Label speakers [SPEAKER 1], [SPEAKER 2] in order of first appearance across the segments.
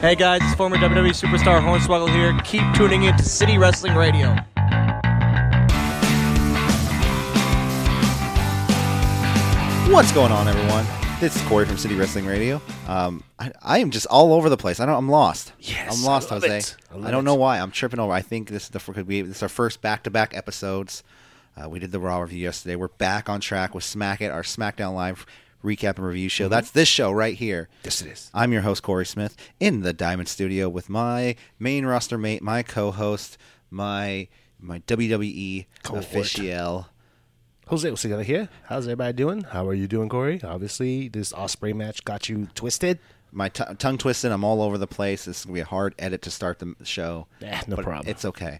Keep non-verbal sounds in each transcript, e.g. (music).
[SPEAKER 1] Hey guys, it's former WWE superstar Hornswoggle here. Keep tuning in to City Wrestling Radio.
[SPEAKER 2] What's going on, everyone? This is Corey from City Wrestling Radio. Um, I, I am just all over the place. I don't. I'm lost.
[SPEAKER 3] Yes,
[SPEAKER 2] I'm lost,
[SPEAKER 3] I love
[SPEAKER 2] Jose.
[SPEAKER 3] it. I
[SPEAKER 2] I,
[SPEAKER 3] love
[SPEAKER 2] don't
[SPEAKER 3] it.
[SPEAKER 2] know why. I'm tripping over. I think this is the could be this is our first back-to-back episodes. Uh, we did the Raw review yesterday. We're back on track with Smack It, our SmackDown Live recap and review
[SPEAKER 3] Mm-hmm.
[SPEAKER 2] show. That's this show right here.
[SPEAKER 3] Yes, it is.
[SPEAKER 2] I'm your host Corey Smith in the Diamond Studio with my main roster mate, my co-host, my my WWE
[SPEAKER 3] Cohort.
[SPEAKER 2] official.
[SPEAKER 3] Jose Osigata here. How's everybody doing? How are you doing, Corey? Obviously, this Osprey match got you twisted.
[SPEAKER 2] my t- tongue twisted. I'm all over the place. This is gonna be a hard edit to start the show.
[SPEAKER 3] Eh, no
[SPEAKER 2] but
[SPEAKER 3] problem.
[SPEAKER 2] It's okay.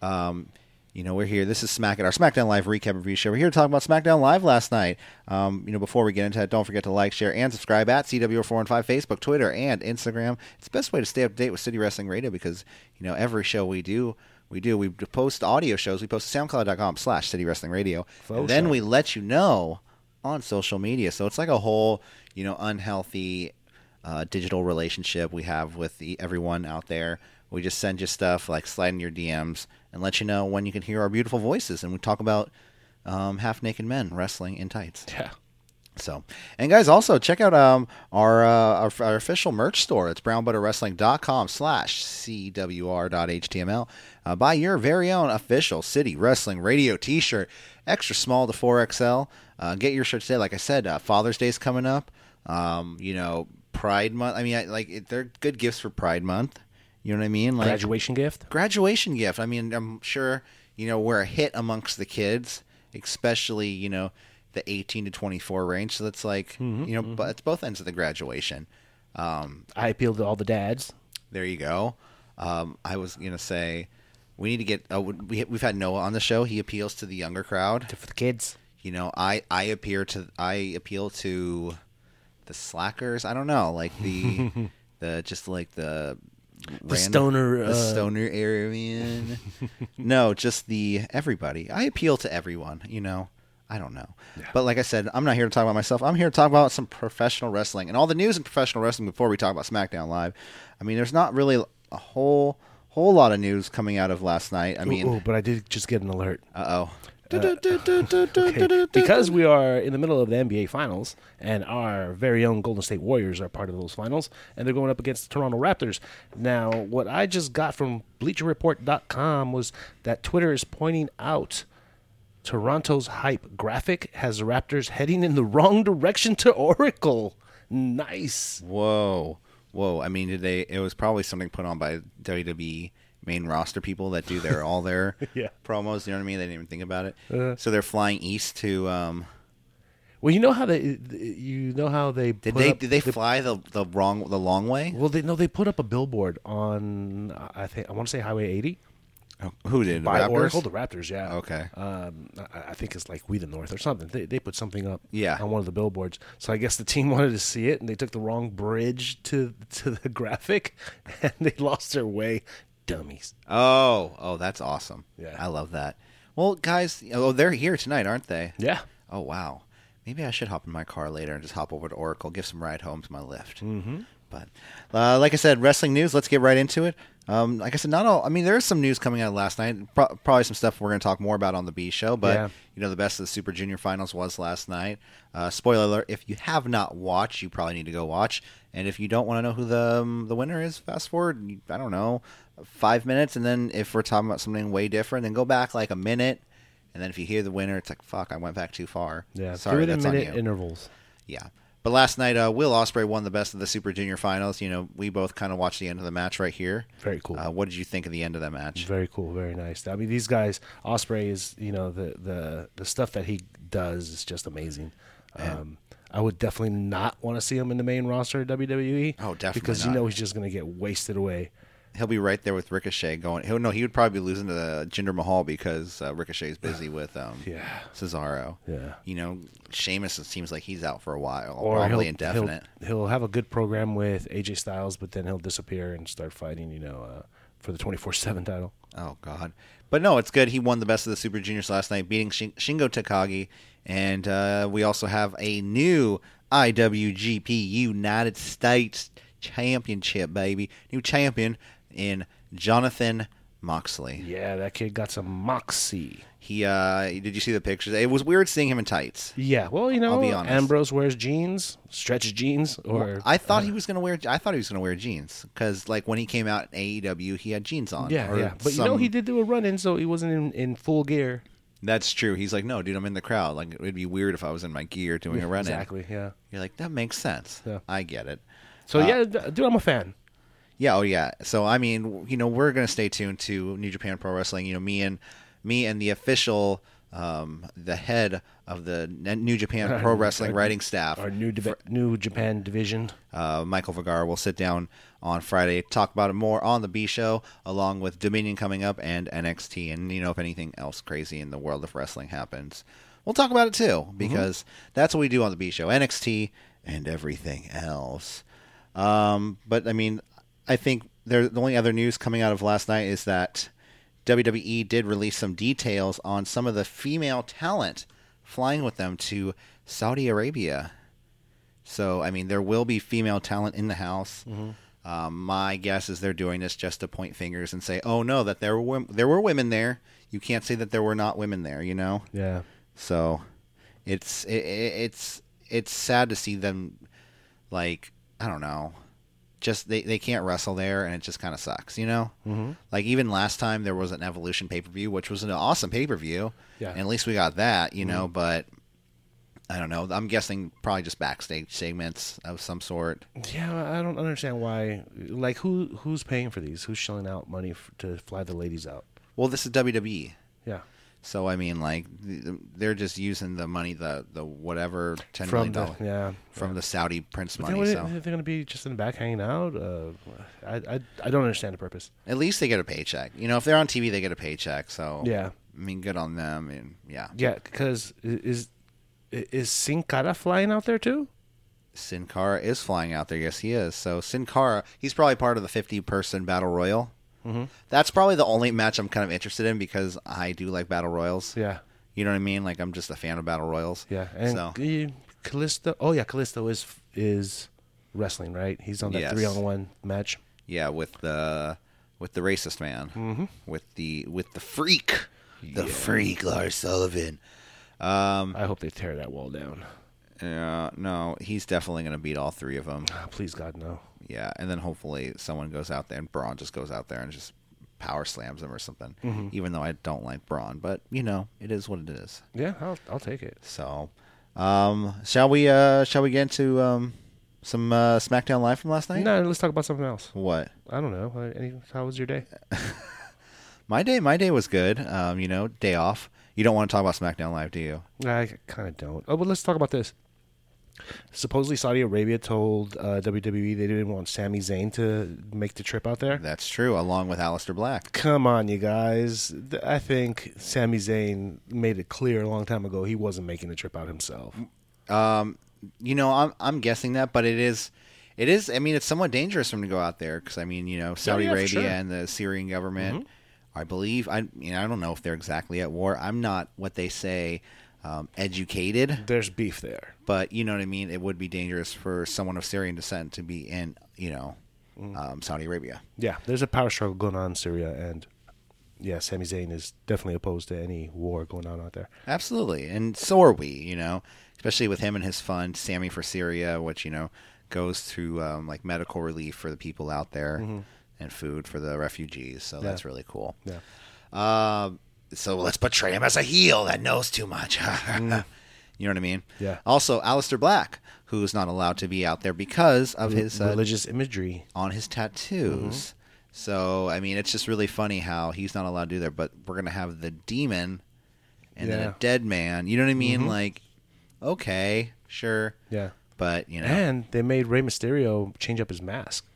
[SPEAKER 2] Um, you know, we're here. This is Smack It, our SmackDown Live recap and review show. We're here to talk about SmackDown Live last night. Um, you know, before we get into that, don't forget to like, share, and subscribe at CW415 Facebook, Twitter, and Instagram. It's the best way to stay up to date with City Wrestling Radio because, you know, every show we do, we do. We post audio shows. We post to soundcloud.com slash City Wrestling Radio.
[SPEAKER 3] Faux
[SPEAKER 2] And then
[SPEAKER 3] show.
[SPEAKER 2] we let you know on social media. So it's like a whole, you know, unhealthy uh, digital relationship we have with the, everyone out there. We just send you stuff like slide in your DMs and let you know when you can hear our beautiful voices, and we talk about um, half naked men wrestling in tights.
[SPEAKER 3] Yeah.
[SPEAKER 2] So, and guys, also check out um, our, uh, our our official merch store. It's brownbutterwrestling.com slash cwr.html. Uh, buy your very own official City Wrestling Radio t-shirt, extra small to 4XL. Uh, get your shirt today. Like I said, uh, Father's Day's coming up. Um, you know, Pride Month. I mean, I, like it, they're good gifts for Pride Month. You know what I mean? Like
[SPEAKER 3] Graduation gift.
[SPEAKER 2] graduation gift. I mean, I'm sure you know we're a hit amongst the kids, especially you know the 18 to 24 range. So that's like you know, but it's both ends of the graduation.
[SPEAKER 3] I appeal to all the dads.
[SPEAKER 2] There you go. Um, I was gonna say we need to get. Uh, we, we've had Noah on the show. He appeals to the younger crowd.
[SPEAKER 3] to- For the kids.
[SPEAKER 2] You know, I I appear to I appeal to the slackers. I don't know, like
[SPEAKER 3] (laughs)
[SPEAKER 2] the the just like the
[SPEAKER 3] The stoner,
[SPEAKER 2] the
[SPEAKER 3] uh,
[SPEAKER 2] stoner
[SPEAKER 3] (laughs)
[SPEAKER 2] Aryan. no, just the everybody. I appeal to everyone. You know, I don't know, but like I said, I'm not here to talk about myself. I'm here to talk about some professional wrestling and all the news in professional wrestling before we talk about SmackDown Live. I mean, there's not really a whole whole lot of news coming out of last night. I
[SPEAKER 3] Ooh, ooh,
[SPEAKER 2] mean,
[SPEAKER 3] Oh, but I did just get an alert.
[SPEAKER 2] uh
[SPEAKER 3] Okay,
[SPEAKER 2] oh.
[SPEAKER 3] because we are in the middle of the NBA Finals, and our very own Golden State Warriors are part of those finals, and they're going up against the Toronto Raptors. Now, what I just got from BleacherReport.com was that Twitter is pointing out Toronto's hype graphic has the Raptors heading in the wrong direction to Oracle. Nice.
[SPEAKER 2] Whoa, whoa! I mean, did they? It was probably something put on by WWE main roster people that do their all their
[SPEAKER 3] (laughs) Yeah. Uh-huh.
[SPEAKER 2] promos. You know what I mean? They didn't even think about it. so they're flying east to. Um,
[SPEAKER 3] Well, you know how they, you know how they
[SPEAKER 2] did
[SPEAKER 3] put
[SPEAKER 2] they
[SPEAKER 3] up-
[SPEAKER 2] did they fly the the wrong the long way?
[SPEAKER 3] Well, they no, they put up a billboard on I think I want to say Highway 80
[SPEAKER 2] Who did? The
[SPEAKER 3] by
[SPEAKER 2] Raptors?
[SPEAKER 3] Oracle, the Raptors. Yeah.
[SPEAKER 2] Okay.
[SPEAKER 3] Um, I, I think it's like We the North or something. They, they put something up.
[SPEAKER 2] Yeah.
[SPEAKER 3] On one of the billboards. So I guess the team (laughs) wanted to see it, and they took the wrong bridge to to the (laughs) graphic, and they lost their way. Dummies.
[SPEAKER 2] Oh, oh, that's awesome.
[SPEAKER 3] Yeah.
[SPEAKER 2] I love that. Well, guys, oh, they're here tonight, aren't they?
[SPEAKER 3] Yeah.
[SPEAKER 2] Oh wow. Maybe I should hop in my car later and just hop over to Oracle, give some ride home to my Lyft. Mm-hmm. But uh, like I said, wrestling news. Let's get right into it. Um, like I said, not all. I mean, there is some news coming out last night. Pro- probably some stuff we're going to talk more about on the B show. But
[SPEAKER 3] Yeah.
[SPEAKER 2] you know, the best of the Super Junior finals was last night. Uh, spoiler alert: if you have not watched, you probably need to go watch. And if you don't want to know who the um, the winner is, fast forward. I don't know, five minutes, and then if we're talking about something way different, then go back like a minute. And then if you hear the winner, it's like fuck, I went back too far.
[SPEAKER 3] Yeah.
[SPEAKER 2] sorry,
[SPEAKER 3] Three
[SPEAKER 2] that's on you.
[SPEAKER 3] minute intervals.
[SPEAKER 2] Yeah. But last night, uh, Will Osprey won the best of the Super Junior finals. You know, we both kind of watched the end of the match right here.
[SPEAKER 3] Very cool.
[SPEAKER 2] Uh, what did you think of the end of that match?
[SPEAKER 3] Very cool, very nice. I mean, these guys, Osprey is you know the the the stuff that he does is just amazing. Um, I would definitely not want to see him in the main roster of WWE.
[SPEAKER 2] Oh, definitely
[SPEAKER 3] E because
[SPEAKER 2] not.
[SPEAKER 3] you know he's just going to get wasted away.
[SPEAKER 2] He'll be right there with Ricochet going. He'll, no, he would probably be losing to uh, Jinder Mahal because uh, Ricochet's busy with um,
[SPEAKER 3] (sighs) Yeah.
[SPEAKER 2] Cesaro.
[SPEAKER 3] Yeah.
[SPEAKER 2] You know, Sheamus, it seems like he's out for a while,
[SPEAKER 3] Or
[SPEAKER 2] probably
[SPEAKER 3] he'll,
[SPEAKER 2] indefinite.
[SPEAKER 3] He'll, he'll have a good program with AJ Styles, but then he'll disappear and start fighting. You know, uh, for the twenty four seven title.
[SPEAKER 2] Oh God! But no, it's good. He won the best of the Super Juniors last night, beating Shin- Shingo Takagi, and uh, we also have a new IWGP United States Championship, baby. New champion in Jonathan Moxley.
[SPEAKER 3] Yeah, that kid got some moxie.
[SPEAKER 2] He uh did you see the pictures? It was weird seeing him in tights.
[SPEAKER 3] Yeah, well, you know,
[SPEAKER 2] be honest.
[SPEAKER 3] Ambrose wears jeans, stretch jeans, or
[SPEAKER 2] I thought
[SPEAKER 3] Uh,
[SPEAKER 2] he was gonna wear. I thought he was gonna wear jeans because, like, when he came out in AEW, he had jeans on.
[SPEAKER 3] yeah,
[SPEAKER 2] or
[SPEAKER 3] yeah. But you know,
[SPEAKER 2] some-
[SPEAKER 3] he did do a run in, so he wasn't in, in full gear.
[SPEAKER 2] That's true. He's like, no, dude, I'm in the crowd. Like, it'd be weird if I was in my gear doing a run.
[SPEAKER 3] Exactly. Yeah.
[SPEAKER 2] You're like, that makes sense.
[SPEAKER 3] Yeah.
[SPEAKER 2] I get it.
[SPEAKER 3] So yeah, d- dude, I'm a fan.
[SPEAKER 2] Yeah, oh yeah. So I mean, w- you know, we're gonna stay tuned to New Japan Pro Wrestling. You know, me and me and the official, um, the head of the N- New
[SPEAKER 3] (laughs)
[SPEAKER 2] Japan Pro Wrestling writing staff,
[SPEAKER 3] Our new div- new Japan division.
[SPEAKER 2] uh, Michael Vergara will sit down on Friday, talk about it more on the B show, along with Dominion coming up and NXT, and you know if anything else crazy in the world of wrestling happens, we'll talk about it too because that's what we do on the B show, NXT and everything else. Um, but I mean, I think there, the only other news coming out of last night is that WWE did release some details on some of the female talent flying with them to Saudi Arabia. So I mean, there will be female talent in the house. Um, my guess is they're doing this just to point fingers and say, "Oh no, that there were wom- there were women there. You can't say that there were not women there." You know.
[SPEAKER 3] Yeah.
[SPEAKER 2] So it's it, it- it's it's sad to see them like I don't know. Just they, they can't wrestle there, and it just kind of sucks, you know. Mm-hmm. Like even last time there was an Evolution pay per view, which was an awesome pay per view.
[SPEAKER 3] Yeah. Mm-hmm.
[SPEAKER 2] And at least we got that, you know. But I don't know. I'm guessing probably just backstage segments of some sort.
[SPEAKER 3] Yeah, I don't understand why. Like, who who's paying for these? Who's shelling out money f- to fly the ladies out?
[SPEAKER 2] Well, this is WWE,
[SPEAKER 3] Yeah,
[SPEAKER 2] so I mean, like th- they're just using the money, the the whatever ten million
[SPEAKER 3] from the
[SPEAKER 2] dollars
[SPEAKER 3] yeah.
[SPEAKER 2] from the Saudi prince money.
[SPEAKER 3] They're,
[SPEAKER 2] so
[SPEAKER 3] they're going to be just in the back hanging out. Uh, I, I I don't understand the purpose.
[SPEAKER 2] At least they get a paycheck. You know, if they're on TV, they get a paycheck. So
[SPEAKER 3] Yeah.
[SPEAKER 2] I mean, good on them. And yeah,
[SPEAKER 3] Yeah, because is is Sin Cara flying out there too?
[SPEAKER 2] Sin Cara is flying out there. Yes, he is. So Sin Cara, he's probably part of the fifty-person battle royal. Mm-hmm. That's probably the only match I'm kind of interested in because I do like battle royals.
[SPEAKER 3] Yeah,
[SPEAKER 2] You know what I mean? Like I'm just a fan of battle royals.
[SPEAKER 3] yeah. And
[SPEAKER 2] so
[SPEAKER 3] K- Callisto. Oh yeah, Callisto is is wrestling right. He's on that
[SPEAKER 2] Yes.
[SPEAKER 3] three on one match.
[SPEAKER 2] yeah, with the with the racist man, mm-hmm. with the with the freak, the freak Lars Sullivan. Um,
[SPEAKER 3] I hope they tear that wall down.
[SPEAKER 2] Yeah, no, he's definitely gonna beat all three of them.
[SPEAKER 3] Ah, please God no.
[SPEAKER 2] Yeah, and then hopefully someone goes out there and Braun just goes out there and just power slams him or something. Even though I don't like Braun, but you know it is what it is.
[SPEAKER 3] Yeah, I'll I'll take it.
[SPEAKER 2] So, um, shall we? Uh, shall we get into um, some uh, SmackDown Live from last night?
[SPEAKER 3] No, let's talk about something else.
[SPEAKER 2] What?
[SPEAKER 3] I don't know. Uh, Any, how was your day?
[SPEAKER 2] My day. My day was good. Um, you know, day off. You don't want to talk about SmackDown Live, do you?
[SPEAKER 3] I kind of don't. Oh, but let's talk about this. Supposedly, Saudi Arabia told uh, WWE they didn't want Sami Zayn to make the trip out there.
[SPEAKER 2] That's true. Along with Aleister Black.
[SPEAKER 3] Come on, you guys. Th- I think Sami Zayn made it clear a long time ago he wasn't making the trip out himself.
[SPEAKER 2] You know, I'm I'm guessing that, but it is. It is. I mean, it's somewhat dangerous for him to go out there because I mean, you know, Saudi
[SPEAKER 3] Oh, yeah, for
[SPEAKER 2] Arabia
[SPEAKER 3] sure. Mm-hmm.
[SPEAKER 2] and the Syrian government. I believe. I you know, I don't know if they're exactly at war. I'm not what they say um, educated.
[SPEAKER 3] There's beef there.
[SPEAKER 2] but you know what I mean. It would be dangerous for someone of Syrian descent to be in, you know,
[SPEAKER 3] Mm.
[SPEAKER 2] um, Saudi Arabia.
[SPEAKER 3] Yeah, there's a power struggle going on in Syria, and yeah, Sami Zayn is definitely opposed to any war going on out there.
[SPEAKER 2] Absolutely, and so are we. You know, especially with him and his fund, Sammy for Syria, which you know goes to um, like medical relief for the people out there and food for the refugees. So that's really cool.
[SPEAKER 3] Mm-hmm. Yeah.
[SPEAKER 2] Um, so let's portray him as a heel that knows too much. (laughs) You know what I mean?
[SPEAKER 3] Mm-hmm. Yeah.
[SPEAKER 2] Also, Alistair Black, who is not allowed to be out there because of his uh,
[SPEAKER 3] Religious imagery.
[SPEAKER 2] on his
[SPEAKER 3] Mm-hmm.
[SPEAKER 2] tattoos. So I mean, it's just really funny how he's not allowed to do that, but we're gonna have the demon and then
[SPEAKER 3] Yeah. Mm-hmm.
[SPEAKER 2] a dead man. You know what I mean? Like, okay, sure,
[SPEAKER 3] Yeah.
[SPEAKER 2] but you know,
[SPEAKER 3] And they made Rey Mysterio change up his mask.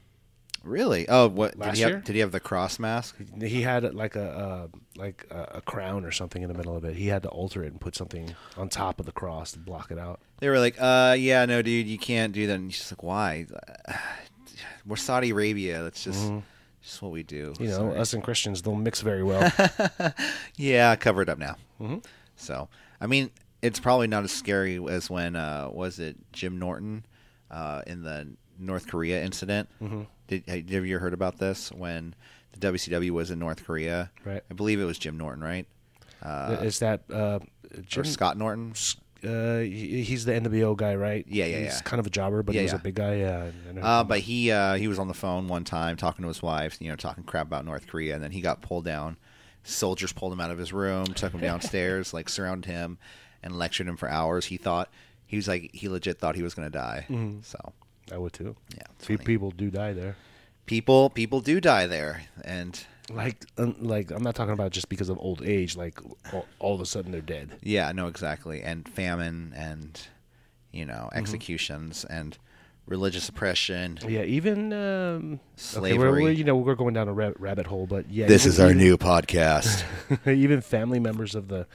[SPEAKER 2] really? Oh, what did
[SPEAKER 3] Last
[SPEAKER 2] he have?
[SPEAKER 3] year?
[SPEAKER 2] Did he have the cross mask?
[SPEAKER 3] He had like a uh, like a, a crown or something in the middle of it. He had to alter it and put something on top of the cross to block it out.
[SPEAKER 2] They were like, uh, yeah, no, dude, you can't do that. And he's just like, why? (sighs) We're Saudi Arabia. That's just just what we do.
[SPEAKER 3] Mm-hmm. You know,
[SPEAKER 2] Sorry.
[SPEAKER 3] us and Christians don't mix
[SPEAKER 2] (laughs)
[SPEAKER 3] very well.
[SPEAKER 2] Yeah, cover it up now.
[SPEAKER 3] Mm-hmm.
[SPEAKER 2] So, I mean, it's probably not as scary as when uh, was it Jim Norton uh, in the North Korea incident.
[SPEAKER 3] Mm-hmm.
[SPEAKER 2] Did, have you ever heard about this when the WCW was in North Korea?
[SPEAKER 3] Right.
[SPEAKER 2] I believe it was Jim Norton, right?
[SPEAKER 3] is that uh, Jim,
[SPEAKER 2] Or Scott Norton?
[SPEAKER 3] Uh, he- he's the NWO guy, right?
[SPEAKER 2] Yeah, yeah,
[SPEAKER 3] He's
[SPEAKER 2] yeah.
[SPEAKER 3] kind of a jobber, but
[SPEAKER 2] Yeah,
[SPEAKER 3] he was
[SPEAKER 2] yeah.
[SPEAKER 3] a big guy. Yeah, I know.
[SPEAKER 2] Uh, but he uh, he was on the phone one time talking to his wife, you know, talking crap about North Korea, and then he got pulled down. Soldiers pulled him out of his room, took him downstairs, like surrounded him, and lectured him for hours. He thought he was like he legit thought he was going to die. So
[SPEAKER 3] I would too.
[SPEAKER 2] yeah, it's
[SPEAKER 3] Few
[SPEAKER 2] funny.
[SPEAKER 3] people do die there.
[SPEAKER 2] people people do die there, and
[SPEAKER 3] Like, um, like I'm not talking about just because of old age. Like, all, all of a sudden they're dead.
[SPEAKER 2] yeah, no, exactly, and famine and you know executions and religious oppression.
[SPEAKER 3] Yeah, even um, okay, we're-
[SPEAKER 2] Slavery.
[SPEAKER 3] we're, you know, we're going down a rab- rabbit hole, but yeah,
[SPEAKER 2] This
[SPEAKER 3] even-
[SPEAKER 2] is our
[SPEAKER 3] even-
[SPEAKER 2] new podcast,
[SPEAKER 3] (laughs) even family members of the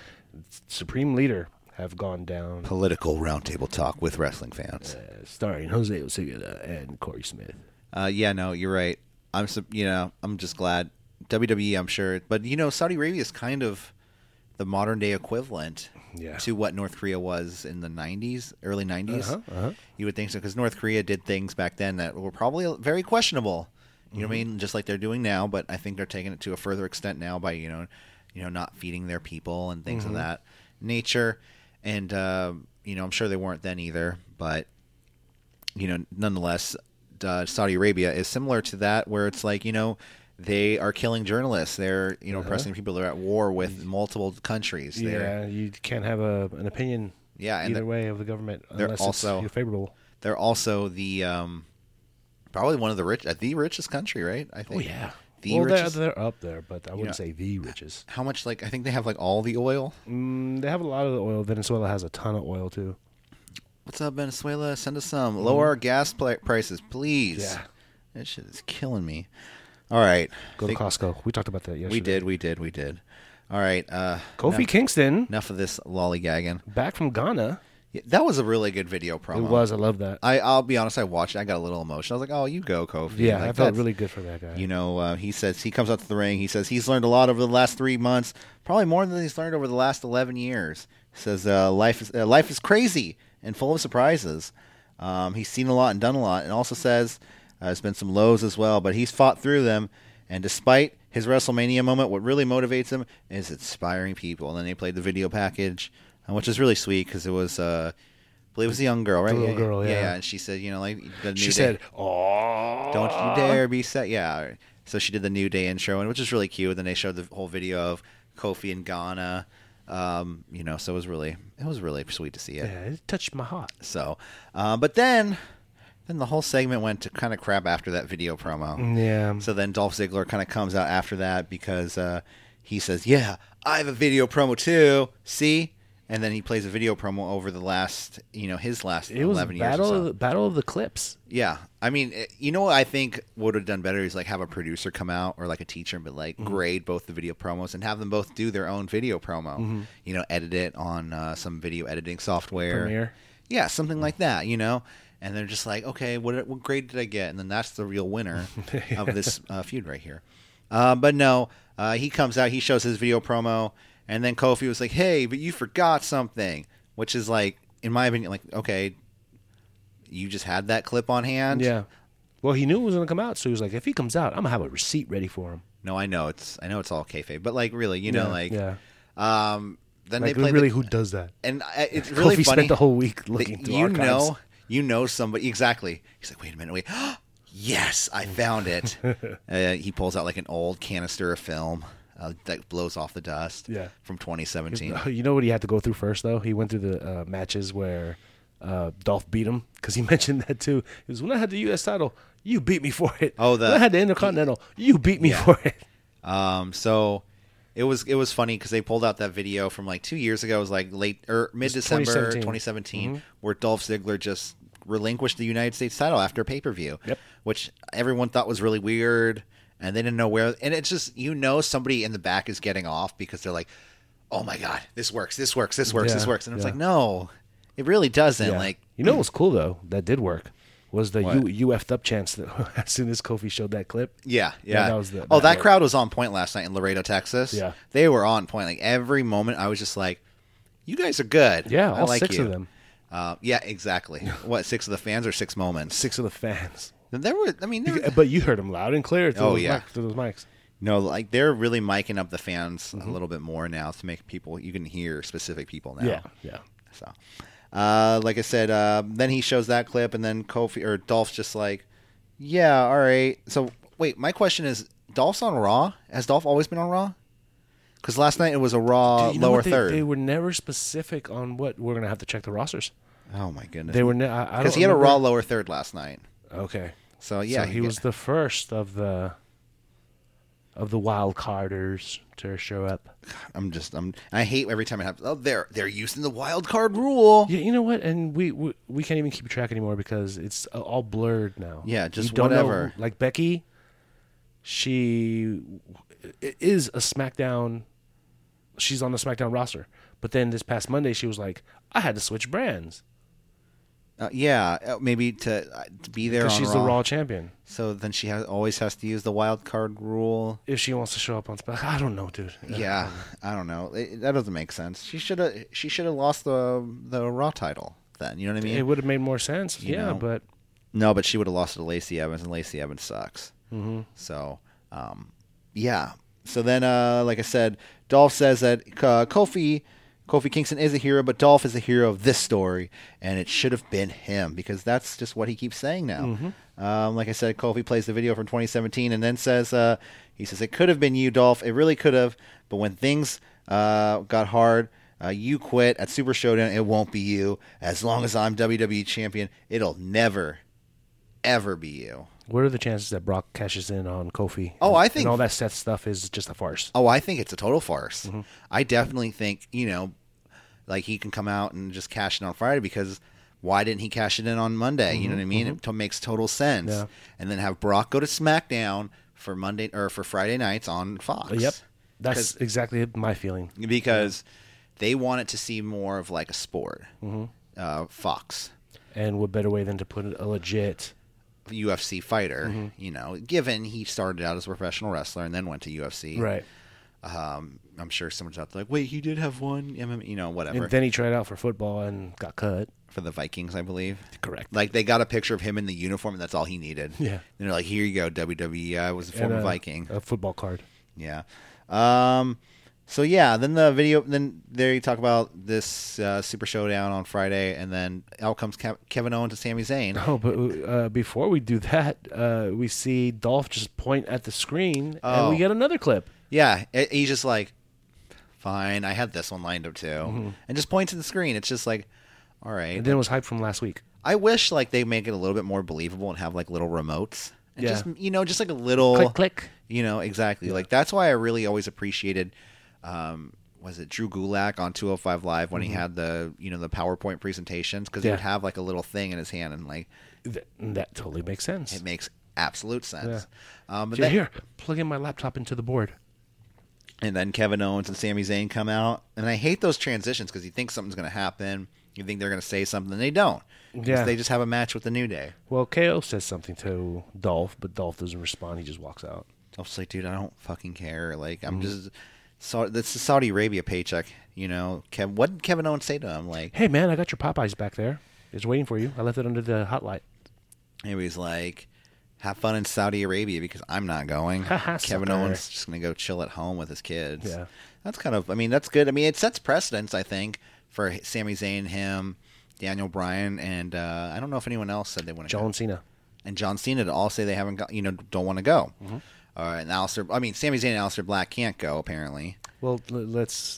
[SPEAKER 3] supreme leader have gone down.
[SPEAKER 2] political roundtable talk with wrestling fans.
[SPEAKER 3] Uh, starring Jose Osigata and Corey Smith.
[SPEAKER 2] Uh, yeah, no, you're right. I'm, sup- you know, I'm just glad WWE. I'm sure, but you know, Saudi Arabia is kind of the modern day equivalent
[SPEAKER 3] Yeah.
[SPEAKER 2] to what North Korea was in the '90s, early '90s.
[SPEAKER 3] Uh-huh, uh-huh.
[SPEAKER 2] You would think so, because North Korea did things back then that were probably very questionable. You know what
[SPEAKER 3] Mm-hmm.
[SPEAKER 2] I mean? Just like they're doing now, but I think they're taking it to a further extent now by you know, you know, not feeding their people and things
[SPEAKER 3] Mm-hmm.
[SPEAKER 2] of that nature. And uh, you know, I'm sure they weren't then either, but you know, nonetheless, uh, Saudi Arabia is similar to that, where it's like, you know, they are killing journalists. They're, you know, oppressing people. They're at war with multiple countries. They're,
[SPEAKER 3] Uh-huh. Yeah, you can't have a, an opinion.
[SPEAKER 2] Yeah, and
[SPEAKER 3] either
[SPEAKER 2] the-
[SPEAKER 3] way of the government
[SPEAKER 2] they're
[SPEAKER 3] unless
[SPEAKER 2] also-
[SPEAKER 3] it's favorable.
[SPEAKER 2] they're also the, um, probably one of the rich, uh, the richest country, right? I
[SPEAKER 3] Oh
[SPEAKER 2] think.
[SPEAKER 3] yeah,
[SPEAKER 2] The
[SPEAKER 3] well,
[SPEAKER 2] richest.
[SPEAKER 3] they're, they're up there, but I wouldn't
[SPEAKER 2] know-
[SPEAKER 3] say the richest.
[SPEAKER 2] How much, like, I think they have, like, all the oil.
[SPEAKER 3] Mm, they have a lot of the oil. Venezuela has a ton of oil too.
[SPEAKER 2] What's up, Venezuela? Send us some. Lower our gas pla prices, please.
[SPEAKER 3] Mm-hmm. Yeah.
[SPEAKER 2] This shit is killing me. All right.
[SPEAKER 3] Go to
[SPEAKER 2] Think-
[SPEAKER 3] Costco. We talked about that yesterday.
[SPEAKER 2] we did, we did, we did. All right. Uh,
[SPEAKER 3] Kofi
[SPEAKER 2] enough,
[SPEAKER 3] Kingston
[SPEAKER 2] enough of this lollygagging.
[SPEAKER 3] back from Ghana.
[SPEAKER 2] Yeah, that was a really good video promo.
[SPEAKER 3] It was. I love that.
[SPEAKER 2] I, I'll be honest. I watched. it. I got a little emotional. I was like, "Oh, you go, Kofi."
[SPEAKER 3] yeah,
[SPEAKER 2] Like,
[SPEAKER 3] I felt
[SPEAKER 2] that's-
[SPEAKER 3] really good for that guy.
[SPEAKER 2] You know, uh, he says he comes out to the ring. He says he's learned a lot over the last three months, probably more than he's learned over the last eleven years. He says uh, life is uh, life is crazy and full of surprises. Um, he's seen a lot and done a lot, and also says uh, there's been some lows as well, but he's fought through them. And despite his WrestleMania moment, what really motivates him is inspiring people. And then they played the video package, uh, which is really sweet because it was. Uh, I believe it was a young girl, right?
[SPEAKER 3] little girl, yeah.
[SPEAKER 2] And she said, you know, like the New
[SPEAKER 3] she
[SPEAKER 2] Day-
[SPEAKER 3] said, "Oh,
[SPEAKER 2] don't you dare be set. Yeah. So she did the New Day intro, and which is really cute. And then they showed the whole video of Kofi and Ghana. Um, you know, so it was really, it was really sweet to see it.
[SPEAKER 3] Yeah, it touched my heart."
[SPEAKER 2] So, uh, but then, then the whole segment went to kind of crap after that video promo.
[SPEAKER 3] Yeah.
[SPEAKER 2] So then Dolph Ziggler kind of comes out after that because uh, he says, "Yeah, I have a video promo too. See." And then he plays a video promo over the last, you know, his last
[SPEAKER 3] It was
[SPEAKER 2] eleven years. or
[SPEAKER 3] battle
[SPEAKER 2] so.
[SPEAKER 3] of the, battle of the clips.
[SPEAKER 2] Yeah, I mean, it- you know what I think would have done better is like have a producer come out or like a teacher, but like
[SPEAKER 3] Mm-hmm.
[SPEAKER 2] grade both the video promos and have them both do their own video promo.
[SPEAKER 3] Mm-hmm.
[SPEAKER 2] You know, edit it on uh, some video editing software.
[SPEAKER 3] Premiere.
[SPEAKER 2] Yeah, something like that. You know, and they're just like, okay, what uh, what grade did I get? And then that's the real
[SPEAKER 3] (laughs)
[SPEAKER 2] winner of this uh, feud right here. Uh, but no, uh, he comes out, he shows his video promo, and then Kofi was like, hey, but you forgot something, which is like, in my opinion, like okay. You just had that clip on hand.
[SPEAKER 3] Yeah. Well, he knew it was going to come out, so he was like, "If he comes out, I'm gonna have a receipt ready for him."
[SPEAKER 2] No, I know it's I know it's all kayfabe, but like really, you know, like
[SPEAKER 3] yeah.
[SPEAKER 2] um, then
[SPEAKER 3] Like,
[SPEAKER 2] they play
[SPEAKER 3] really,
[SPEAKER 2] the,
[SPEAKER 3] who does that?
[SPEAKER 2] and I,
[SPEAKER 3] (laughs)
[SPEAKER 2] it's really
[SPEAKER 3] Kofi
[SPEAKER 2] funny.
[SPEAKER 3] spent the whole week
[SPEAKER 2] that
[SPEAKER 3] looking through
[SPEAKER 2] you
[SPEAKER 3] archives.
[SPEAKER 2] know, you know somebody exactly. He's like, wait a minute, wait. (gasps) yes,
[SPEAKER 3] (laughs)
[SPEAKER 2] I found it. uh, he pulls out like an old canister of film uh, that blows off the dust.
[SPEAKER 3] Yeah.
[SPEAKER 2] from 2017.
[SPEAKER 3] (laughs) You know what he had to go through first, though. He went through the uh, matches where uh, Dolph beat him because he (laughs) mentioned that too. He was when I had the U.S. title, you beat me for it.
[SPEAKER 2] Oh, the-
[SPEAKER 3] when I had the Intercontinental, you beat me for
[SPEAKER 2] (laughs)
[SPEAKER 3] it.
[SPEAKER 2] Um, so it was it was funny because they pulled out that video from like two years ago. It was like late er, or mid December 2017,
[SPEAKER 3] 2017. Mm-hmm.
[SPEAKER 2] where Dolph Ziggler just relinquished the United States title after pay per view,
[SPEAKER 3] Yep.
[SPEAKER 2] which everyone thought was really weird, and they didn't know where. And it's just you know somebody in the back is getting off because they're like, "Oh my god, this works, this works, this works, this
[SPEAKER 3] Yeah,
[SPEAKER 2] works," and it's
[SPEAKER 3] yeah.
[SPEAKER 2] like, "No, it really doesn't."
[SPEAKER 3] Yeah.
[SPEAKER 2] Like
[SPEAKER 3] you know what's cool though that did work was the
[SPEAKER 2] What?
[SPEAKER 3] U UF'd up chance that (laughs) as soon as Kofi showed that clip.
[SPEAKER 2] Yeah, yeah.
[SPEAKER 3] Yeah, that was the-
[SPEAKER 2] oh,
[SPEAKER 3] that
[SPEAKER 2] that
[SPEAKER 3] was-
[SPEAKER 2] crowd was on point last night in Laredo, Texas.
[SPEAKER 3] Yeah.
[SPEAKER 2] they were on point. Like every moment, I was just like, "You guys are good."
[SPEAKER 3] Yeah,
[SPEAKER 2] I
[SPEAKER 3] all
[SPEAKER 2] like
[SPEAKER 3] six
[SPEAKER 2] you.
[SPEAKER 3] of them.
[SPEAKER 2] Uh, yeah,
[SPEAKER 3] (laughs)
[SPEAKER 2] exactly. what six of the fans or six moments?
[SPEAKER 3] Six of the fans.
[SPEAKER 2] There were, I mean, there were,
[SPEAKER 3] But you uh, heard them loud and clear through,
[SPEAKER 2] Oh,
[SPEAKER 3] those,
[SPEAKER 2] yeah.
[SPEAKER 3] mic- through those mics.
[SPEAKER 2] no, like they're really miking up the fans
[SPEAKER 3] Mm-hmm.
[SPEAKER 2] a little bit more now to make people you can hear specific people now.
[SPEAKER 3] Yeah, yeah.
[SPEAKER 2] So, uh, like I said, uh, then he shows that clip, and then Kofi or Dolph's just like, "Yeah, all right." So, wait, my question is, Dolph's on Raw? Has Dolph always been on Raw? Because last night it was a Raw
[SPEAKER 3] Do you know
[SPEAKER 2] Uh, lower
[SPEAKER 3] what? They-
[SPEAKER 2] third.
[SPEAKER 3] They were never specific on what we're gonna have to check the rosters.
[SPEAKER 2] oh my goodness,
[SPEAKER 3] They were ne- I, I don't
[SPEAKER 2] because he had a Raw
[SPEAKER 3] remember-
[SPEAKER 2] lower third last night.
[SPEAKER 3] Okay,
[SPEAKER 2] So yeah,
[SPEAKER 3] so he was the first of the of the wild carders to show up.
[SPEAKER 2] I'm just I'm I hate every time it happens. Oh, they're they're using the wild card rule.
[SPEAKER 3] Yeah, you know what? And we, we we can't even keep track anymore because it's a- all blurred now.
[SPEAKER 2] Yeah,
[SPEAKER 3] You
[SPEAKER 2] just
[SPEAKER 3] don't know-
[SPEAKER 2] whatever.
[SPEAKER 3] like Becky, she i- is a SmackDown. She's on the SmackDown roster, but then this past Monday she was like, "I had to switch brands
[SPEAKER 2] Uh, yeah, uh, maybe to, uh, to be there on
[SPEAKER 3] because she's the Raw champion."
[SPEAKER 2] So then she has, always has to use the wild card rule.
[SPEAKER 3] If she wants to show up on SmackDown, I don't know, dude.
[SPEAKER 2] Yeah, I don't know. It, that doesn't make sense. She should have she should have lost the the Raw title then. You know what I mean?
[SPEAKER 3] it would have made more sense. yeah,
[SPEAKER 2] know.
[SPEAKER 3] but
[SPEAKER 2] no, but she would have lost it to Lacey Evans, and Lacey Evans sucks. Mm-hmm. So, um, yeah. So then, uh, like I said, Dolph says that uh, Kofi Kofi Kingston is a hero, but Dolph is the hero of this story, and it should have been him because that's just what he keeps saying now. Um, like I said, Kofi plays the video from 2017 and then says uh, he says it could have been you, Dolph. It really could have, but when things uh, got hard. Uh, you quit at Super Showdown. It won't be you. As long as I'm WWE champion, it'll never, ever be you.
[SPEAKER 3] what are the chances that Brock cashes in on Kofi?
[SPEAKER 2] Oh, I
[SPEAKER 3] And-
[SPEAKER 2] think-
[SPEAKER 3] and all that Seth stuff is just a farce.
[SPEAKER 2] Oh, I think it's a total farce.
[SPEAKER 3] Mm-hmm.
[SPEAKER 2] I definitely think you know, like he can come out and just cash in on Friday because why didn't he cash it in on Monday? You know what I mean? It to- makes total sense.
[SPEAKER 3] Mm-hmm. Yeah.
[SPEAKER 2] And then have Brock go to SmackDown for Monday or for Friday nights on Fox.
[SPEAKER 3] Yep, that's exactly my feeling.
[SPEAKER 2] because they want it to see more of like a sport.
[SPEAKER 3] Mm-hmm.
[SPEAKER 2] Uh, Fox.
[SPEAKER 3] And what better way than to put a legit?
[SPEAKER 2] UFC fighter,
[SPEAKER 3] Mm-hmm.
[SPEAKER 2] you know, given he started out as a professional wrestler and then went to UFC.
[SPEAKER 3] Right.
[SPEAKER 2] I'm sure someone's out there like, wait, he did have one MMA, you know, whatever.
[SPEAKER 3] And then he tried out for football and got cut.
[SPEAKER 2] for the Vikings, I believe.
[SPEAKER 3] Correct.
[SPEAKER 2] Like they got a picture of him in the uniform and that's all he needed.
[SPEAKER 3] Yeah.
[SPEAKER 2] And they're like, here you go, WWE. I was a former
[SPEAKER 3] And uh, a-
[SPEAKER 2] Viking.
[SPEAKER 3] A football card.
[SPEAKER 2] Yeah. Um, so yeah, then the video, then there you talk about this uh, Super Showdown on Friday, and then out comes Kev- Kevin Owens and Sami
[SPEAKER 3] (laughs)
[SPEAKER 2] Zayn.
[SPEAKER 3] Oh, but uh, before we do that, uh, we see Dolph just point at the screen, and
[SPEAKER 2] Oh.
[SPEAKER 3] we get another clip.
[SPEAKER 2] Yeah, it, he's just like, fine, I had this one lined up too,
[SPEAKER 3] Mm-hmm.
[SPEAKER 2] and just points at the screen. It's just like, all right.
[SPEAKER 3] And then it was hype from last week.
[SPEAKER 2] I wish like they make it a little bit more believable and have like little remotes and
[SPEAKER 3] Yeah.
[SPEAKER 2] just you know just like a little
[SPEAKER 3] Click, click.
[SPEAKER 2] You know exactly like that's why I really always appreciated. Um, was it Drew Gulak on 205 Live when he had the you know the PowerPoint presentations because he
[SPEAKER 3] Mm-hmm. Yeah.
[SPEAKER 2] would have like a little thing in his hand and like
[SPEAKER 3] Th- that totally makes sense.
[SPEAKER 2] it makes absolute sense. Um, but
[SPEAKER 3] Dude,
[SPEAKER 2] then,
[SPEAKER 3] here, plug in my laptop into the board.
[SPEAKER 2] and then Kevin Owens and Sami Zayn come out, and I hate those transitions because you think something's going to happen, you think they're going to say something, they don't. 'Cause
[SPEAKER 3] Yeah.
[SPEAKER 2] they just have a match with the New Day.
[SPEAKER 3] Well, KO says something to Dolph, but Dolph doesn't respond. He just walks out.
[SPEAKER 2] I was like, dude, I don't fucking care. Like,
[SPEAKER 3] Mm-hmm.
[SPEAKER 2] I'm just so that's the Saudi Arabia paycheck, you know. Kev, what did Kevin Owens say to him? Like,
[SPEAKER 3] Hey, man, I got your Popeyes back there. It's waiting for you. I left it under the hot light.
[SPEAKER 2] he was like, have fun in Saudi Arabia because I'm not going. Kevin
[SPEAKER 3] (laughs) Sucker.
[SPEAKER 2] Owens just gonna go chill at home with his kids.
[SPEAKER 3] Yeah.
[SPEAKER 2] that's kind of. I mean, that's good. I mean, it sets precedence, I think, for Sami Zayn, him, Daniel Bryan, and uh, I don't know if anyone else said they want to. go.
[SPEAKER 3] John Cena.
[SPEAKER 2] and John Cena to all say they haven't got, you know, don't want to go.
[SPEAKER 3] Mm-hmm.
[SPEAKER 2] Uh, and Alistair, I mean, Sami Zayn and Alistair Black can't go apparently.
[SPEAKER 3] Well, l- let's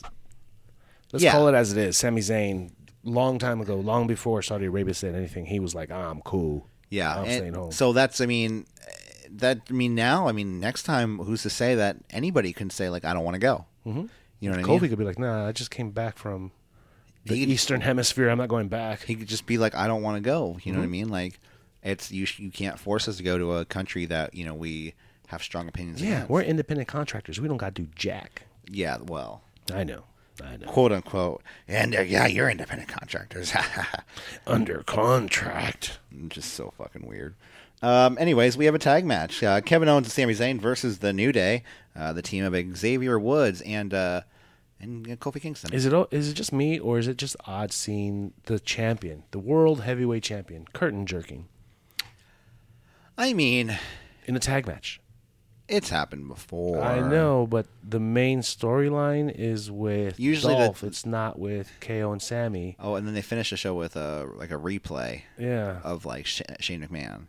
[SPEAKER 3] let's
[SPEAKER 2] Yeah.
[SPEAKER 3] call it as it is. Sami Zayn, long time ago, long before Saudi Arabia said anything, he was like, "Ah, "I'm cool.
[SPEAKER 2] Yeah,
[SPEAKER 3] I'm
[SPEAKER 2] and
[SPEAKER 3] staying home."
[SPEAKER 2] So that's, I mean, eh, that I mean now, I mean, next time, who's to say that anybody can say like, I don't want to go. Mm-hmm. You know what
[SPEAKER 3] Kofi
[SPEAKER 2] I mean?
[SPEAKER 3] could be like, "Nah, I just came back from the
[SPEAKER 2] He-
[SPEAKER 3] Eastern Hemisphere. I'm not going back."
[SPEAKER 2] He could just be like, I don't want to go. You know
[SPEAKER 3] Mm-hmm.
[SPEAKER 2] what I mean? Like, it's you. sh- You can't force us to go to a country that you know we have strong opinions.
[SPEAKER 3] yeah,
[SPEAKER 2] against.
[SPEAKER 3] we're independent contractors. We don't got to do jack.
[SPEAKER 2] yeah. Well,
[SPEAKER 3] I know. I know.
[SPEAKER 2] quote unquote, and uh, yeah, you're independent contractors. (laughs)
[SPEAKER 3] Under contract.
[SPEAKER 2] just so fucking weird. Um, anyways, we have a tag match: uh, Kevin Owens and Sami Zayn versus the New Day, uh, the team of Xavier Woods and uh, and uh, Kofi Kingston.
[SPEAKER 3] Is it o- is it just me or is it just odd seeing the champion, the world heavyweight champion, curtain jerking
[SPEAKER 2] I mean,
[SPEAKER 3] in the tag match?
[SPEAKER 2] it's happened before.
[SPEAKER 3] I know, but the main storyline is with
[SPEAKER 2] Usually the-
[SPEAKER 3] Dolph. It's not with KO and Sammy.
[SPEAKER 2] Oh, and then they finish the show with a like a replay
[SPEAKER 3] Yeah.
[SPEAKER 2] of like Sh- Shane McMahon.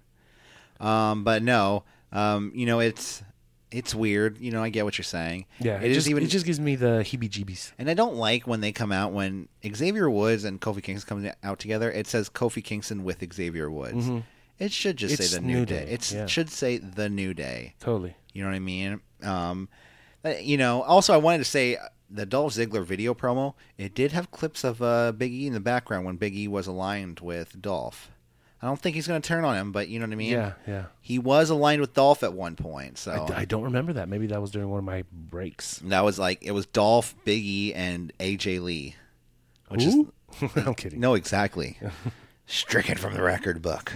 [SPEAKER 2] Um, but no, um, you know it's it's weird. You know, I get what you're saying.
[SPEAKER 3] yeah.
[SPEAKER 2] it is
[SPEAKER 3] just,
[SPEAKER 2] even.
[SPEAKER 3] it just gives me the heebie-jeebies.
[SPEAKER 2] and I don't like when they come out when Xavier Woods and Kofi Kingston come out together. It says Kofi Kingston with Xavier Woods. It should just
[SPEAKER 3] Mm-hmm. It's
[SPEAKER 2] say the New,
[SPEAKER 3] New
[SPEAKER 2] Day.
[SPEAKER 3] Day,
[SPEAKER 2] It
[SPEAKER 3] yeah.
[SPEAKER 2] should say the New Day.
[SPEAKER 3] Totally.
[SPEAKER 2] You know what I mean? Um, uh, you know. Also, I wanted to say uh, the Dolph Ziggler video promo. It did have clips of uh, Big E in the background when Big E was aligned with Dolph. I don't think he's going to turn on him, but you know what I mean.
[SPEAKER 3] Yeah, yeah.
[SPEAKER 2] He was aligned with Dolph at one point, so
[SPEAKER 3] I, I don't remember that. Maybe that was during one of my breaks.
[SPEAKER 2] that was like it was Dolph, Big E, and AJ Lee. Which is
[SPEAKER 3] Ooh? (laughs) I'm kidding.
[SPEAKER 2] no, exactly. Stricken from the record book.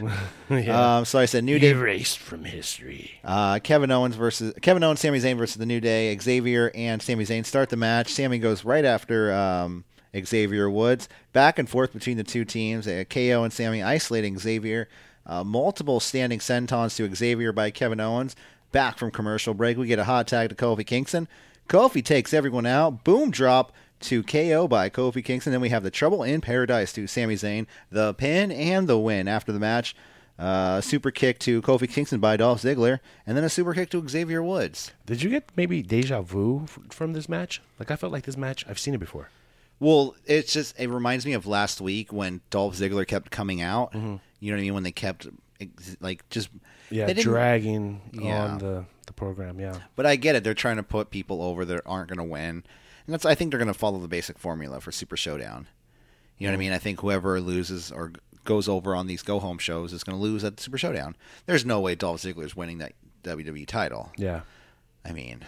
[SPEAKER 3] Yeah.
[SPEAKER 2] Um, so I said New Day
[SPEAKER 3] Erased from history.
[SPEAKER 2] Uh, Kevin Owens versus Kevin Owens, Sami Zayn versus the New Day. Xavier and Sami Zayn start the match. Sammy goes right after um, Xavier Woods. Back and forth between the two teams. Uh, KO and Sammy isolating Xavier. Uh, multiple standing sentons to Xavier by Kevin Owens. Back from commercial break, we get a hot tag to Kofi Kingston. Kofi takes everyone out. Boom drop to KO by Kofi Kingston. Then we have the Trouble in Paradise to Sami Zayn. The pin and the win after the match. Uh, super kick to Kofi Kingston by Dolph Ziggler, and then a super kick to Xavier Woods.
[SPEAKER 3] Did you get maybe deja vu f- from this match? Like I felt like this match, I've seen it before.
[SPEAKER 2] Well, it's just it reminds me of last week when Dolph Ziggler kept coming out. You know what I mean? When they kept ex- like just
[SPEAKER 3] Yeah,
[SPEAKER 2] they didn't-
[SPEAKER 3] dragging
[SPEAKER 2] Yeah.
[SPEAKER 3] on the, the program. Yeah,
[SPEAKER 2] But I get it; they're trying to put people over that aren't going to win, and that's I think they're going to follow the basic formula for Super Showdown. You know what I mean? I think whoever loses or g- goes over on these go home shows is going to lose at Super Showdown. There's no way Dolph Ziggler's winning that WWE title.
[SPEAKER 3] yeah.
[SPEAKER 2] I mean,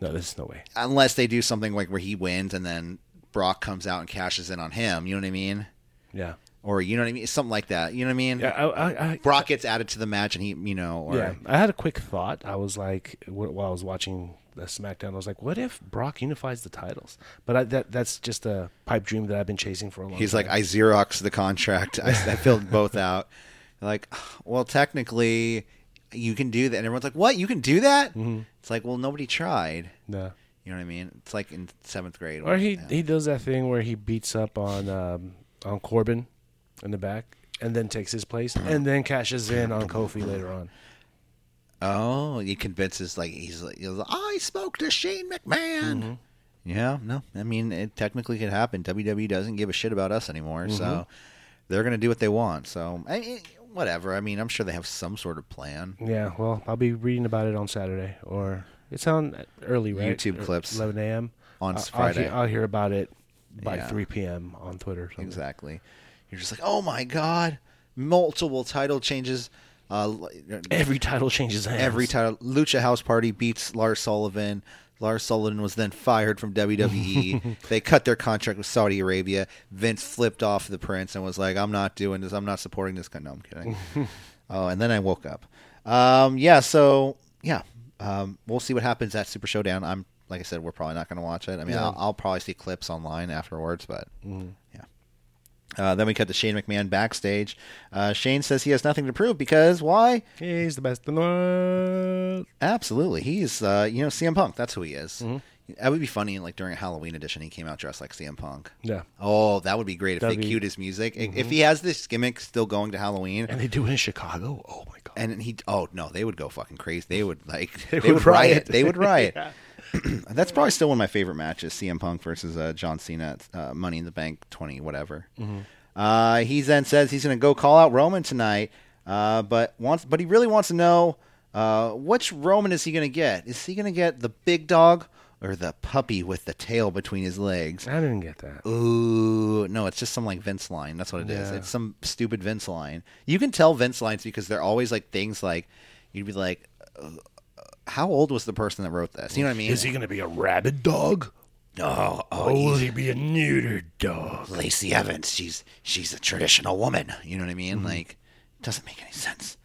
[SPEAKER 3] No, there's no way.
[SPEAKER 2] unless they do something like where he wins and then Brock comes out and cashes in on him. You know what I mean?
[SPEAKER 3] Yeah,
[SPEAKER 2] Or you know what I mean? Something like that. You know what I mean?
[SPEAKER 3] yeah. I, I, I,
[SPEAKER 2] Brock gets added to the match and he, you know, or
[SPEAKER 3] yeah. I had a quick thought. I was like, wh- while I was watching the SmackDown, I was like, what if Brock unifies the titles? But I, that that's just a pipe dream that I've been chasing for a long.
[SPEAKER 2] he's
[SPEAKER 3] time.
[SPEAKER 2] like, I Xerox the contract. I, I filled both out. (laughs) Like, well, technically, you can do that. And everyone's like, what? You can do that?
[SPEAKER 3] Mm-hmm.
[SPEAKER 2] It's like, well, nobody tried.
[SPEAKER 3] no.
[SPEAKER 2] You know what I mean? It's like in seventh grade.
[SPEAKER 3] Or he
[SPEAKER 2] "Ah." Yeah.
[SPEAKER 3] he does that thing where he beats up on um, on Corbin in the back, and then takes his place, and then cashes in on Kofi later on.
[SPEAKER 2] Oh, he convinces like he's like, he's like, I spoke to Shane McMahon. Yeah, no, I mean it technically could happen. WWE doesn't give a shit about us anymore, so they're gonna do what they want. So I mean, whatever. I mean, I'm sure they have some sort of plan.
[SPEAKER 3] Yeah, well, I'll be reading about it on Saturday, or it's on early, right? Er,
[SPEAKER 2] YouTube
[SPEAKER 3] Or
[SPEAKER 2] clips.
[SPEAKER 3] 11 a.m.
[SPEAKER 2] On
[SPEAKER 3] I'll-
[SPEAKER 2] Friday.
[SPEAKER 3] I'll, he- I'll hear about it by
[SPEAKER 2] Yeah.
[SPEAKER 3] 3 p.m. on Twitter. Or something.
[SPEAKER 2] Exactly. You're just like, oh my god, multiple title changes. Uh, l-
[SPEAKER 3] Every title changes hands.
[SPEAKER 2] every title. Lucha House Party beats Lars Sullivan. Lars Sullivan was then fired from WWE. they cut their contract with Saudi Arabia. Vince flipped off the prince and was like, "I'm not doing this. I'm not supporting this." guy." No, I'm kidding. oh, and then I woke up. Um, yeah. So yeah, um, we'll see what happens at Super Showdown. I'm like I said, we're probably not going to watch it. I mean, I'll, I'll probably see clips online afterwards, but yeah. Uh, then we cut to Shane McMahon backstage. Uh, Shane says he has nothing to prove because why?
[SPEAKER 3] He's the best in the world.
[SPEAKER 2] Absolutely, he's uh, you know CM Punk. That's who he is.
[SPEAKER 3] Mm-hmm.
[SPEAKER 2] That would be funny. Like during a Halloween edition, he came out dressed like CM Punk.
[SPEAKER 3] Yeah.
[SPEAKER 2] Oh, that would be great if
[SPEAKER 3] That'd
[SPEAKER 2] they
[SPEAKER 3] be- Mm-hmm.
[SPEAKER 2] cued his music. I- If he has this gimmick still going to Halloween,
[SPEAKER 3] And they do it in Chicago. Oh my god.
[SPEAKER 2] and he oh no, they would go fucking crazy. They would like (laughs) they,
[SPEAKER 3] They
[SPEAKER 2] would,
[SPEAKER 3] would
[SPEAKER 2] riot.
[SPEAKER 3] riot.
[SPEAKER 2] They would (laughs) riot. (clears throat) That's probably still one of my favorite matches: CM Punk versus uh, John Cena at uh, Money in the Bank 20, whatever. Uh, he then says he's going to go call out Roman tonight, uh, but wants, but he really wants to know uh, which Roman is he going to get? Is he going to get the big dog or the puppy with the tail between his legs?
[SPEAKER 3] I didn't get that.
[SPEAKER 2] Ooh, no, it's just some like Vince line. That's what it is.
[SPEAKER 3] Yeah.
[SPEAKER 2] It's some stupid Vince line. You can tell Vince lines because they're always like things like you'd be like, uh, how old was the person that wrote this? You know what I mean?
[SPEAKER 3] Is he going to be a rabid dog?
[SPEAKER 2] oh,
[SPEAKER 3] Or
[SPEAKER 2] oh,
[SPEAKER 3] will he be a neutered dog?
[SPEAKER 2] Lacey Evans. She's she's a traditional woman. You know what I mean? Like, doesn't make any sense.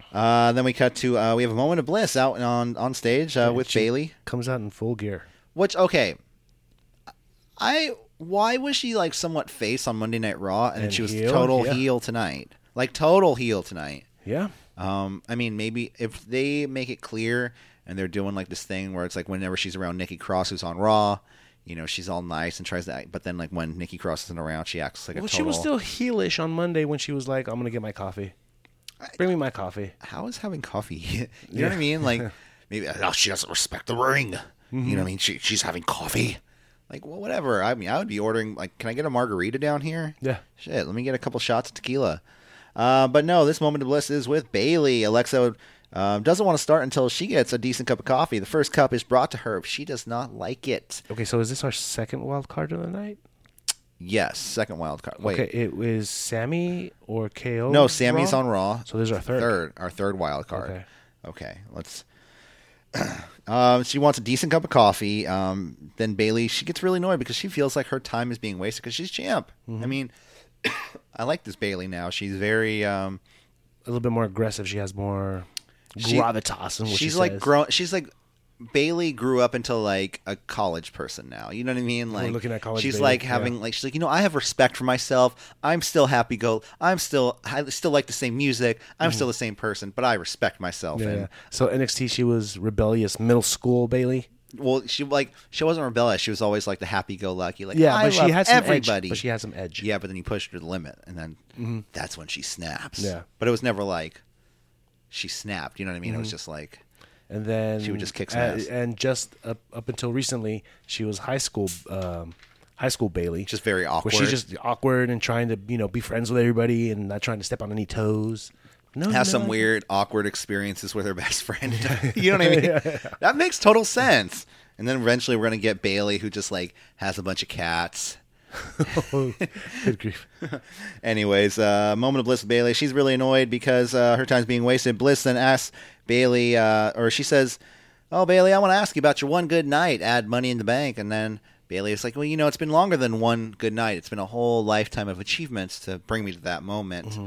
[SPEAKER 2] Mm-hmm. Uh, then we cut to uh, we have a moment of bliss out on on stage uh, with Bailey.
[SPEAKER 3] Comes out in full gear.
[SPEAKER 2] Which okay, I why was she like somewhat face on Monday Night Raw and, then
[SPEAKER 3] And
[SPEAKER 2] she was
[SPEAKER 3] heel?
[SPEAKER 2] total
[SPEAKER 3] Yeah.
[SPEAKER 2] heel tonight? Like total heel tonight.
[SPEAKER 3] Yeah.
[SPEAKER 2] Um, I mean, maybe if they make it clear and they're doing like this thing where it's like whenever she's around Nikki Cross, who's on Raw, you know, she's all nice and tries to act, but then like when Nikki Cross isn't around, she acts like
[SPEAKER 3] Well,
[SPEAKER 2] a total.
[SPEAKER 3] she was still heelish on Monday when she was like, "I'm gonna get my coffee. Bring me my coffee."
[SPEAKER 2] How is having coffee? (laughs) you know what I mean? Like
[SPEAKER 3] (laughs)
[SPEAKER 2] maybe oh, she doesn't respect the ring. You know
[SPEAKER 3] Mm-hmm.
[SPEAKER 2] what I mean? She she's having coffee. Like well, whatever. I mean, I would be ordering. Like, can I get a margarita down here?
[SPEAKER 3] Yeah.
[SPEAKER 2] Shit, let me get a couple shots of tequila. Uh, but no, this moment of bliss is with Bailey. Alexa um, doesn't want to start until she gets a decent cup of coffee. The first cup is brought to her. If she does not like it,
[SPEAKER 3] Okay, so is this our second wild card of the night?
[SPEAKER 2] yes, second wild card. Wait,
[SPEAKER 3] Okay, it was Sammy or KO.
[SPEAKER 2] no, Sammy's
[SPEAKER 3] Raw?
[SPEAKER 2] on Raw.
[SPEAKER 3] So there's our third.
[SPEAKER 2] third, our third wild card.
[SPEAKER 3] Okay.
[SPEAKER 2] Okay, let's. (clears throat) um, she wants a decent cup of coffee. Um, then Bailey, she gets really annoyed because she feels like her time is being wasted because she's champ.
[SPEAKER 3] Mm-hmm.
[SPEAKER 2] I mean, (coughs) I like this Bailey now. She's very, um,
[SPEAKER 3] A little bit more aggressive. She has more
[SPEAKER 2] She-
[SPEAKER 3] gravitas. In what
[SPEAKER 2] she's
[SPEAKER 3] she
[SPEAKER 2] like
[SPEAKER 3] says.
[SPEAKER 2] grown. She's like Bailey grew up into like a college person now. You know what I mean? Like
[SPEAKER 3] looking at college
[SPEAKER 2] She's
[SPEAKER 3] Bailey,
[SPEAKER 2] like
[SPEAKER 3] yeah.
[SPEAKER 2] having like she's like you know I have respect for myself. I'm still happy go. I'm still I still like the same music. I'm still the same person, but I respect myself.
[SPEAKER 3] Mm-hmm. Yeah,
[SPEAKER 2] and
[SPEAKER 3] yeah. So NXT, she was rebellious middle school Bailey.
[SPEAKER 2] Well, she like she wasn't rebellious. She was always like the happy-go-lucky. Like
[SPEAKER 3] Yeah,
[SPEAKER 2] I
[SPEAKER 3] but she
[SPEAKER 2] love
[SPEAKER 3] had some edge,
[SPEAKER 2] everybody.
[SPEAKER 3] but she had some edge. Mm-hmm.
[SPEAKER 2] Yeah, but then you pushed her to the limit, and then that's when she snaps.
[SPEAKER 3] Yeah.
[SPEAKER 2] but it was never like she snapped. You know what I mean? It
[SPEAKER 3] Mm-hmm.
[SPEAKER 2] was just like
[SPEAKER 3] and then
[SPEAKER 2] She would just kick some
[SPEAKER 3] and,
[SPEAKER 2] ass.
[SPEAKER 3] and just up, up until recently, she was high school, um, high school Bailey,
[SPEAKER 2] just very awkward.
[SPEAKER 3] where she's just awkward and trying to you know be friends with everybody and not trying to step on any toes. No,
[SPEAKER 2] has
[SPEAKER 3] no,
[SPEAKER 2] some
[SPEAKER 3] I-
[SPEAKER 2] weird awkward experiences with her best friend. (laughs) you know what I mean? That makes total sense. And then eventually we're gonna get Bailey, who just like has a bunch of cats.
[SPEAKER 3] (laughs)
[SPEAKER 2] (laughs)
[SPEAKER 3] Good grief.
[SPEAKER 2] Anyways, uh, moment of bliss with Bailey. She's really annoyed because uh, her time's being wasted. Bliss then asks Bailey, uh, or she says, "Oh, Bailey, I want to ask you about your one good night. Add Money in the Bank." And then Bailey is like, "Well, you know, it's been longer than one good night. It's been a whole lifetime of achievements to bring me to that moment."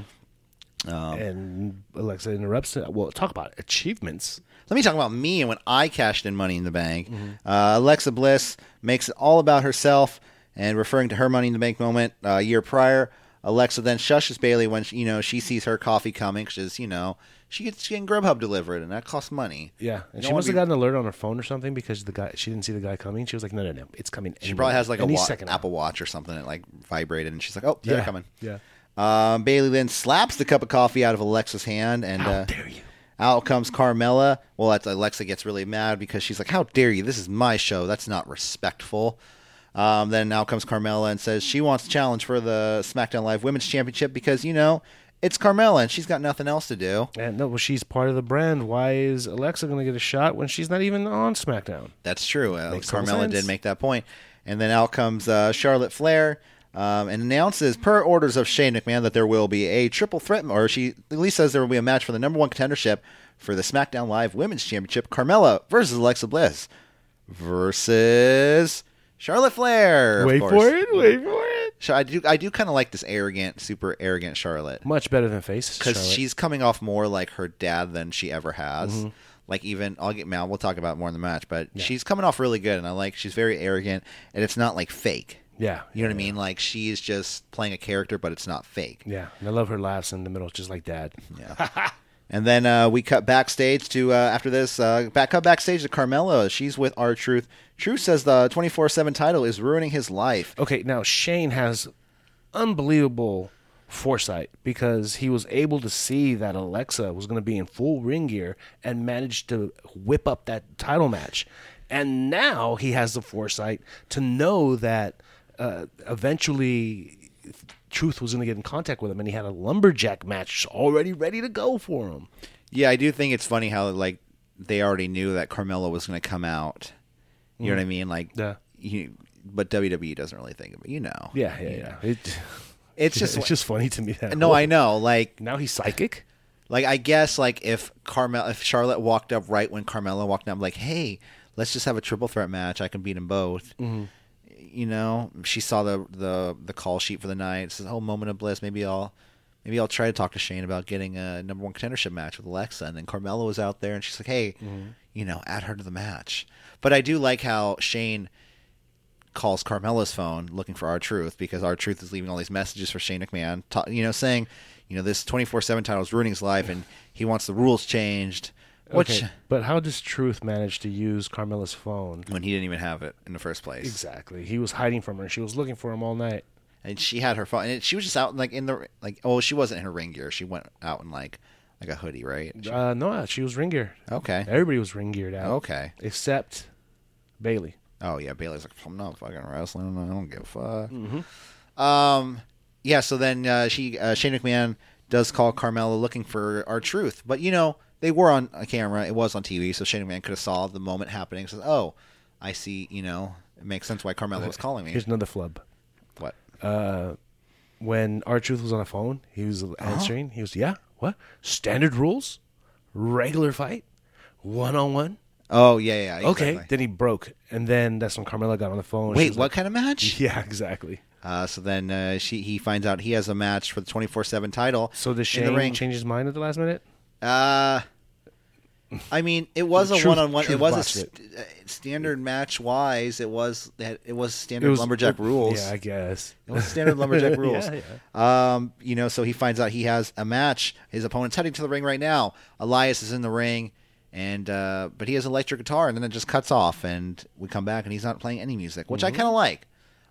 [SPEAKER 2] Um,
[SPEAKER 3] and Alexa interrupts. it. Well, talk about achievements.
[SPEAKER 2] Let me talk about me and when I cashed in Money in the Bank.
[SPEAKER 3] Mm-hmm.
[SPEAKER 2] Uh, Alexa Bliss makes it all about herself and referring to her Money in the Bank moment uh, a year prior. Alexa then shushes Bailey when she, you know she sees her coffee coming because you know she gets getting Grubhub delivered and that costs money.
[SPEAKER 3] Yeah,
[SPEAKER 2] You
[SPEAKER 3] and she
[SPEAKER 2] don't
[SPEAKER 3] must have
[SPEAKER 2] wanna
[SPEAKER 3] gotten an alert on her phone or something because the guy she didn't see the guy coming. She was like, no, no, no, it's coming.
[SPEAKER 2] She probably has like a
[SPEAKER 3] any
[SPEAKER 2] wa-
[SPEAKER 3] second now.
[SPEAKER 2] Apple Watch or something that like vibrated and she's like, oh, they're
[SPEAKER 3] Yeah,
[SPEAKER 2] coming.
[SPEAKER 3] yeah.
[SPEAKER 2] Um, Bailey then slaps the cup of coffee out of Alexa's hand and
[SPEAKER 3] How
[SPEAKER 2] uh,
[SPEAKER 3] dare you.
[SPEAKER 2] Out comes Carmella. Well, that's, Alexa gets really mad because she's like, "How dare you? This is my show. That's not respectful." Um, then out comes Carmella and says she wants a challenge for the SmackDown Live Women's Championship because you know it's Carmella and she's got nothing else to do.
[SPEAKER 3] And no, well, she's part of the brand. Why is Alexa going to get a shot when she's not even on SmackDown?
[SPEAKER 2] That's true. Uh,
[SPEAKER 3] Makes total
[SPEAKER 2] Carmella
[SPEAKER 3] sense.
[SPEAKER 2] did make that point. And then out comes uh, Charlotte Flair um, and announces, per orders of Shane McMahon, that there will be a triple threat, or she at least says there will be a match for the number one contendership for the SmackDown Live Women's Championship Carmella versus Alexa Bliss versus Charlotte Flair. of
[SPEAKER 3] Wait
[SPEAKER 2] course.
[SPEAKER 3] for it. Wait for it.
[SPEAKER 2] So I do, I do kind of like this arrogant, super arrogant Charlotte
[SPEAKER 3] Much better than face.
[SPEAKER 2] because
[SPEAKER 3] Charlotte. Mm-hmm.
[SPEAKER 2] she's coming off more like her dad than she ever has. Like even I'll get man, we'll talk about it more in the match, but she's coming off really good, and I like she's very arrogant, and it's not like fake.
[SPEAKER 3] Yeah.
[SPEAKER 2] You know what I mean? Like she's just playing a character, but it's not fake.
[SPEAKER 3] Yeah, and I love her laughs in the middle, just like Dad.
[SPEAKER 2] And then uh, we cut backstage to uh, after this. Uh, back cut backstage to Carmella. She's with our Truth. Truth says the twenty four seven title is ruining his life.
[SPEAKER 3] Okay, now Shane has unbelievable foresight because he was able to see that Alexa was going to be in full ring gear and managed to whip up that title match. And now he has the foresight to know that uh, eventually Truth was going to get in contact with him, and he had a lumberjack match already ready to go for him.
[SPEAKER 2] Yeah, I do think it's funny how like they already knew that Carmella was going to come out. You know what I mean? Like,
[SPEAKER 3] Mm. Yeah.
[SPEAKER 2] you- but WWE doesn't really think of it. You know?
[SPEAKER 3] Yeah, yeah, yeah. It,
[SPEAKER 2] It's just
[SPEAKER 3] (laughs) it's just funny to me that
[SPEAKER 2] no. I know. Like,
[SPEAKER 3] now he's psychic.
[SPEAKER 2] like I guess like if Carmel if Charlotte walked up right when Carmella walked up, like, hey, let's just have a triple threat match. I can beat them both.
[SPEAKER 3] Mm-hmm.
[SPEAKER 2] You know, she saw the the the call sheet for the night. Says, oh, moment of bliss. Maybe I'll. Maybe I'll try to talk to Shane about getting a number one contendership match with Alexa. And then Carmella was out there, and she's like, "Hey, you know, add her to the match." But I do like how Shane calls Carmella's phone looking for our truth because our truth is leaving all these messages for Shane McMahon, ta- you know, saying, you know, this 24 7 title is ruining his life and he wants the rules changed, which
[SPEAKER 3] okay, but how does Truth manage to use Carmella's phone?
[SPEAKER 2] when he didn't even have it in the first place.
[SPEAKER 3] Exactly. He was hiding from her. She was looking for him all night.
[SPEAKER 2] and she had her phone and she was just out like in the like oh she wasn't in her ring gear she went out in like like a hoodie right
[SPEAKER 3] Uh, no, she was ring geared.
[SPEAKER 2] okay
[SPEAKER 3] Everybody was ring geared out.
[SPEAKER 2] okay
[SPEAKER 3] Except Bailey.
[SPEAKER 2] oh yeah bailey's like i'm not fucking wrestling i don't give a fuck
[SPEAKER 3] Mm-hmm.
[SPEAKER 2] um yeah so then uh, she uh, shane mcmahon does call carmella looking for our truth but you know they were on a camera it was on tv so shane mcmahon could have saw the moment happening says oh i see you know it makes sense why carmella was calling me
[SPEAKER 3] Uh, Here's another flub.
[SPEAKER 2] what
[SPEAKER 3] When R Truth was on the phone, he was
[SPEAKER 2] Uh-huh.
[SPEAKER 3] answering. He was, yeah, what? Standard rules? Regular fight? One on one?
[SPEAKER 2] oh yeah yeah, yeah
[SPEAKER 3] Okay.
[SPEAKER 2] exactly.
[SPEAKER 3] Then he broke. And then that's when Carmella got on the phone. She
[SPEAKER 2] wait
[SPEAKER 3] was
[SPEAKER 2] what
[SPEAKER 3] like-
[SPEAKER 2] kind of match
[SPEAKER 3] (laughs) yeah, exactly.
[SPEAKER 2] Uh, so then uh, she he finds out he has a match for the twenty four seven title.
[SPEAKER 3] So
[SPEAKER 2] in
[SPEAKER 3] does
[SPEAKER 2] the
[SPEAKER 3] Shane
[SPEAKER 2] ring.
[SPEAKER 3] change his mind at the last minute?
[SPEAKER 2] Uh, I mean, it was a
[SPEAKER 3] Truth-
[SPEAKER 2] one on one. It
[SPEAKER 3] Truth
[SPEAKER 2] was a
[SPEAKER 3] botched
[SPEAKER 2] st- uh, standard match wise. It was it was standard
[SPEAKER 3] It was
[SPEAKER 2] lumberjack rules.
[SPEAKER 3] Yeah, I guess.
[SPEAKER 2] It was standard lumberjack
[SPEAKER 3] (laughs) Yeah,
[SPEAKER 2] rules. Um, you know, so he finds out he has a match. His opponent's heading to the ring right now. Elias is in the ring, and uh, but he has electric guitar, and then it just cuts off, and we come back, and he's not playing any music, which
[SPEAKER 3] Mm-hmm.
[SPEAKER 2] I kind of like.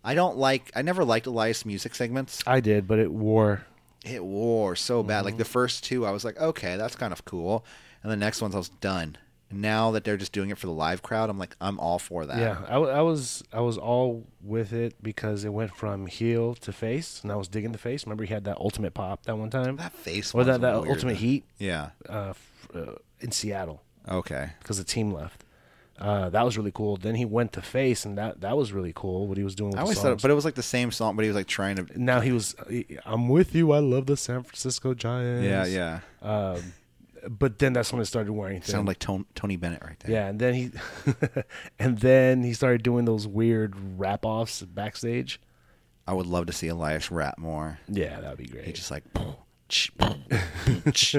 [SPEAKER 2] I don't like. I never liked Elias' music segments.
[SPEAKER 3] I did, but it wore.
[SPEAKER 2] it wore so bad.
[SPEAKER 3] Mm-hmm.
[SPEAKER 2] Like the first two, I was like, okay, that's kind of cool. And the next ones, I was done. And now that they're just doing it for the live crowd, I'm like, I'm all for that.
[SPEAKER 3] Yeah, I, w- I was I was all with it because it went from heel to face, and I was digging the face. Remember, he had that ultimate pop that one time,
[SPEAKER 2] That face
[SPEAKER 3] or
[SPEAKER 2] one's
[SPEAKER 3] that, that
[SPEAKER 2] weird.
[SPEAKER 3] ultimate heat
[SPEAKER 2] Yeah.
[SPEAKER 3] uh, f- uh, in Seattle
[SPEAKER 2] Okay.
[SPEAKER 3] because the team left. Uh, that was really cool. Then he went to face, and that that was really cool. What he was doing. With
[SPEAKER 2] I
[SPEAKER 3] the
[SPEAKER 2] always
[SPEAKER 3] songs.
[SPEAKER 2] thought, it, but it was like the same song, but he was like trying to.
[SPEAKER 3] now he was. I'm with you. I love the San Francisco Giants.
[SPEAKER 2] Yeah, yeah.
[SPEAKER 3] But then that's when it started wearing thin.
[SPEAKER 2] Sound like Ton- Tony Bennett right there.
[SPEAKER 3] Yeah, and then he, (laughs) and then he started doing those weird rap offs backstage.
[SPEAKER 2] I would love to see Elias rap more.
[SPEAKER 3] Yeah, that'd be great.
[SPEAKER 2] He's just like. ch-
[SPEAKER 3] (laughs)
[SPEAKER 2] ch-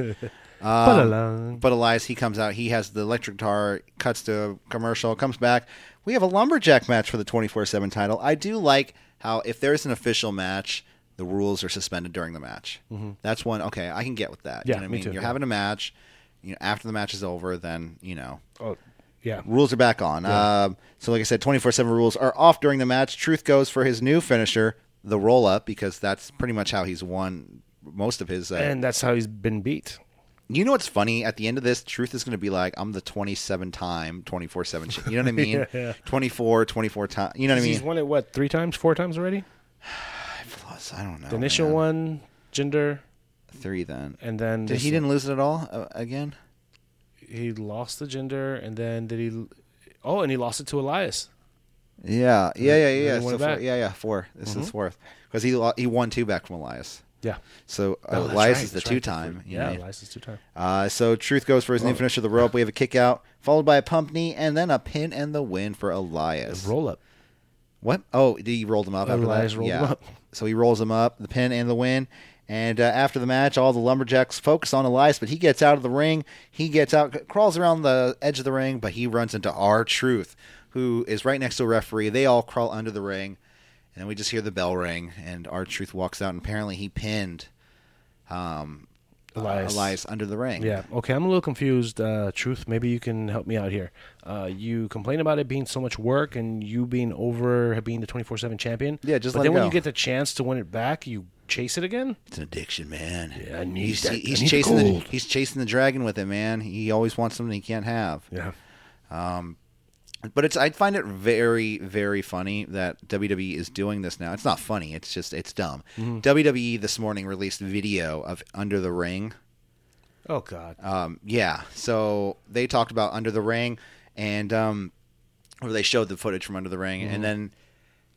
[SPEAKER 3] Ba-da-lang.
[SPEAKER 2] But Elias, he comes out. He has the electric guitar, cuts to a commercial, comes back. We have a lumberjack match for the 24 7 title. I do like how, if there's an official match, the rules are suspended during the match. That's one, okay, I can get with that.
[SPEAKER 3] Mm-hmm.
[SPEAKER 2] you
[SPEAKER 3] Yeah,
[SPEAKER 2] know what I
[SPEAKER 3] me
[SPEAKER 2] mean?
[SPEAKER 3] too,
[SPEAKER 2] You're
[SPEAKER 3] yeah.
[SPEAKER 2] having a match. You know, after the match is over, then, you know,
[SPEAKER 3] Oh, yeah.
[SPEAKER 2] rules are back on. Um, so, like I said, 24 7 rules are off during the match. Truth goes for his new finisher, the roll up, because that's pretty much how he's won most of his. Uh,
[SPEAKER 3] And that's how he's been beat.
[SPEAKER 2] You know what's funny? At the end of this, Truth is going to be like, I'm the 27 time, 24 7. You
[SPEAKER 3] (laughs)
[SPEAKER 2] know what I mean?
[SPEAKER 3] Yeah.
[SPEAKER 2] 24, 24 time. You know what I
[SPEAKER 3] He's
[SPEAKER 2] mean?
[SPEAKER 3] won it what three times, four times already.
[SPEAKER 2] Plus, I don't know.
[SPEAKER 3] The initial
[SPEAKER 2] Oh, man.
[SPEAKER 3] one, gender,
[SPEAKER 2] Three then.
[SPEAKER 3] and then
[SPEAKER 2] Did,
[SPEAKER 3] this-
[SPEAKER 2] he didn't lose it at all uh, again?
[SPEAKER 3] he lost the gender, and then did he? Oh, and he lost it to Elias.
[SPEAKER 2] Yeah. Yeah, yeah, yeah.
[SPEAKER 3] he
[SPEAKER 2] Yeah,
[SPEAKER 3] won
[SPEAKER 2] so
[SPEAKER 3] it
[SPEAKER 2] four,
[SPEAKER 3] back. Mm-hmm.
[SPEAKER 2] yeah, yeah. Four. This is fourth. Because he, lo- he won two back from Elias.
[SPEAKER 3] Yeah.
[SPEAKER 2] So uh,
[SPEAKER 3] Oh, that's
[SPEAKER 2] Elias
[SPEAKER 3] right,
[SPEAKER 2] is the
[SPEAKER 3] that's right.
[SPEAKER 2] two time.
[SPEAKER 3] Yeah, Elias is two time.
[SPEAKER 2] Uh, so Truth goes for his new finisher, the rope. We have a kick out, followed by a pump knee, and then a pin and the win for Elias.
[SPEAKER 3] Roll up.
[SPEAKER 2] What? Oh, he rolled him up. After
[SPEAKER 3] Elias
[SPEAKER 2] that?
[SPEAKER 3] rolled him up. (laughs)
[SPEAKER 2] So he rolls him up, the pin and the win. And uh, after the match, all the lumberjacks focus on Elias, but he gets out of the ring. He gets out, crawls around the edge of the ring, but he runs into our truth, who is right next to a referee. They all crawl under the ring, and then we just hear the bell ring, and our truth walks out. And apparently, he pinned
[SPEAKER 3] Elias.
[SPEAKER 2] Uh, Elias under the ring.
[SPEAKER 3] Yeah. Okay, I'm a little confused. Uh, Truth, maybe you can help me out here. Uh, you complain about it being so much work and you being over being the 24 7 champion.
[SPEAKER 2] Yeah, just
[SPEAKER 3] But
[SPEAKER 2] let
[SPEAKER 3] then
[SPEAKER 2] it
[SPEAKER 3] when
[SPEAKER 2] go.
[SPEAKER 3] you get the chance to win it back, you chase it again.
[SPEAKER 2] It's an addiction, man.
[SPEAKER 3] Yeah, I need
[SPEAKER 2] he's,
[SPEAKER 3] that- I
[SPEAKER 2] he's
[SPEAKER 3] need the
[SPEAKER 2] chasing the,
[SPEAKER 3] gold.
[SPEAKER 2] he's chasing the dragon with it, man. He always wants something he can't have.
[SPEAKER 3] Yeah.
[SPEAKER 2] But it's I find it very very funny that WWE is doing this now. It's not funny. It's just it's dumb. WWE this morning released video of Under the Ring.
[SPEAKER 3] Oh God.
[SPEAKER 2] Um, yeah, so they talked about Under the Ring, and um, or they showed the footage from Under the Ring, and then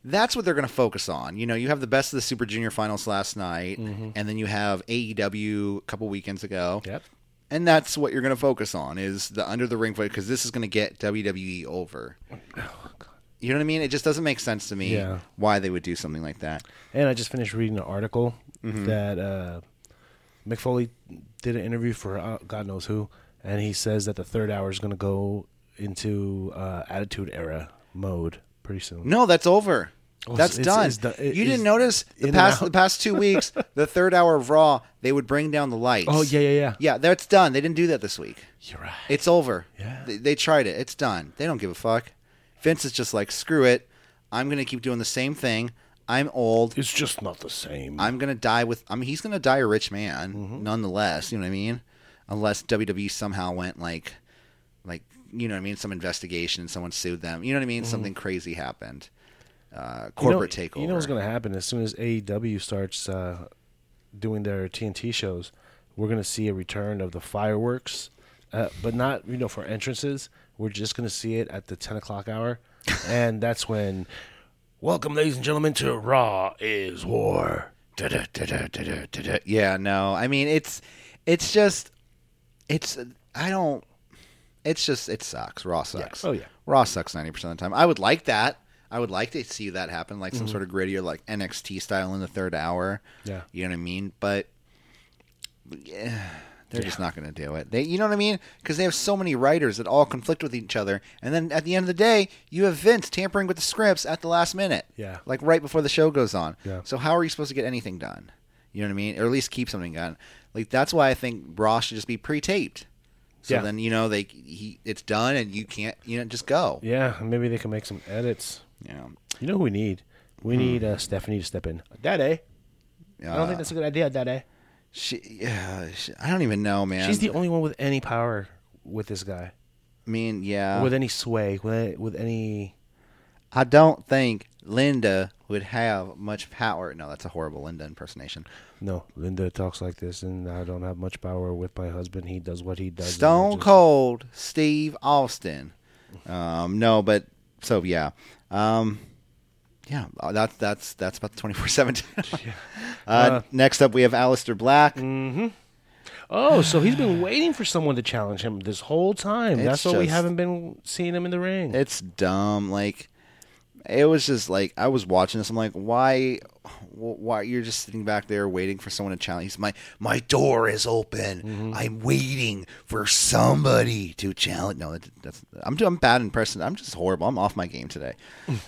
[SPEAKER 2] that's what they're going to focus on. You know, you have the best of the Super Junior finals last night, and then you have AEW a couple weekends ago.
[SPEAKER 3] Yep.
[SPEAKER 2] And that's what you're going to focus on is the under the ring fight because this is going to get WWE over. You know what I mean? It just doesn't make sense to me
[SPEAKER 3] Oh, Yeah.
[SPEAKER 2] why they would do something like that.
[SPEAKER 3] And I just finished reading an article
[SPEAKER 2] Mm-hmm.
[SPEAKER 3] that uh, Mick Foley did an interview for uh, God knows who, and he says that the third hour is going to go into uh, Attitude Era mode. pretty soon.
[SPEAKER 2] No, that's over.
[SPEAKER 3] Oh,
[SPEAKER 2] that's
[SPEAKER 3] it's-
[SPEAKER 2] done.
[SPEAKER 3] it's do- it-
[SPEAKER 2] you
[SPEAKER 3] it's
[SPEAKER 2] didn't notice
[SPEAKER 3] in
[SPEAKER 2] the
[SPEAKER 3] and
[SPEAKER 2] past
[SPEAKER 3] out.
[SPEAKER 2] the past two
[SPEAKER 3] (laughs)
[SPEAKER 2] weeks, the third hour of Raw, they would bring down the lights.
[SPEAKER 3] Oh, yeah, yeah, yeah.
[SPEAKER 2] Yeah, that's done. They didn't do that this week.
[SPEAKER 3] You're right.
[SPEAKER 2] It's over.
[SPEAKER 3] Yeah.
[SPEAKER 2] They, they tried it. It's done. They don't give a fuck. Vince is just like, screw it. I'm gonna keep doing the same thing. I'm old.
[SPEAKER 3] It's just not the same.
[SPEAKER 2] I'm gonna die with. I mean, he's gonna die a rich man,
[SPEAKER 3] Mm-hmm.
[SPEAKER 2] nonetheless. You know what I mean? Unless WWE somehow went like, like you know what I mean? Some investigation, someone sued them. You know what I mean? Something crazy happened. Uh, corporate
[SPEAKER 3] Mm-hmm. you know,
[SPEAKER 2] takeover.
[SPEAKER 3] You know what's going to happen as soon as AEW starts uh, doing their TNT shows. We're going to see a return of the fireworks, uh, but not you know for entrances. We're just going to see it at the ten
[SPEAKER 2] (laughs)
[SPEAKER 3] o'clock hour, and that's when. Welcome, ladies and gentlemen, to Raw is War.
[SPEAKER 2] Da-da, da-da, da-da, da-da. Yeah, no. I mean, it's it's just it's I don't. It's just it sucks. Raw sucks.
[SPEAKER 3] Oh, yeah.
[SPEAKER 2] Raw sucks ninety percent of the time. I would like that. I would like to see that happen, like some sort of grittier, like NXT style in the third hour.
[SPEAKER 3] Mm-hmm. Yeah.
[SPEAKER 2] you know what I mean. But yeah, they're just not going to do it. They, you know what I mean? Because they have so many writers that all conflict with each other, and then at the end of the day, you have Vince tampering with the scripts at the last minute.
[SPEAKER 3] Yeah.
[SPEAKER 2] like right before the show goes on.
[SPEAKER 3] Yeah.
[SPEAKER 2] So how are you supposed to get anything done? You know what I mean? Or at least keep something done. Like that's why I think Raw should just be pre-taped. So
[SPEAKER 3] Yeah.
[SPEAKER 2] then you know they he it's done and you can't you know just go.
[SPEAKER 3] Yeah, maybe they can make some edits.
[SPEAKER 2] You know.
[SPEAKER 3] You know who we need? We
[SPEAKER 2] Hmm.
[SPEAKER 3] need uh, Stephanie to step in. Daddy, I
[SPEAKER 2] Uh,
[SPEAKER 3] don't think that's a good idea, Daddy.
[SPEAKER 2] She, yeah, she, I don't even know, man.
[SPEAKER 3] She's the only one with any power with this guy,
[SPEAKER 2] I mean, yeah.
[SPEAKER 3] with any sway, with with any
[SPEAKER 2] I don't think Linda would have much power. No, that's a horrible Linda impersonation.
[SPEAKER 3] No, Linda talks like this, and I don't have much power with my husband. He does what he does. and I
[SPEAKER 2] Stone
[SPEAKER 3] just-
[SPEAKER 2] Cold Steve Austin. Um, no, but so yeah, um, yeah. uh, That's that's that's about the twenty four seven. (laughs) Uh Next up, we have Alistair Black.
[SPEAKER 3] mm. Oh, so he's been waiting for someone to challenge him this whole time.
[SPEAKER 2] It's
[SPEAKER 3] That's why we
[SPEAKER 2] just-
[SPEAKER 3] haven't been seeing him in the ring.
[SPEAKER 2] It's dumb. Like it was just like I was watching this. I'm like, why? wh- Why you're just sitting back there waiting for someone to challenge? He's, my my door is open.
[SPEAKER 3] Mm-hmm.
[SPEAKER 2] I'm waiting for somebody to challenge. No, that, that's I'm I'm bad in person. I'm just horrible. I'm off my game today.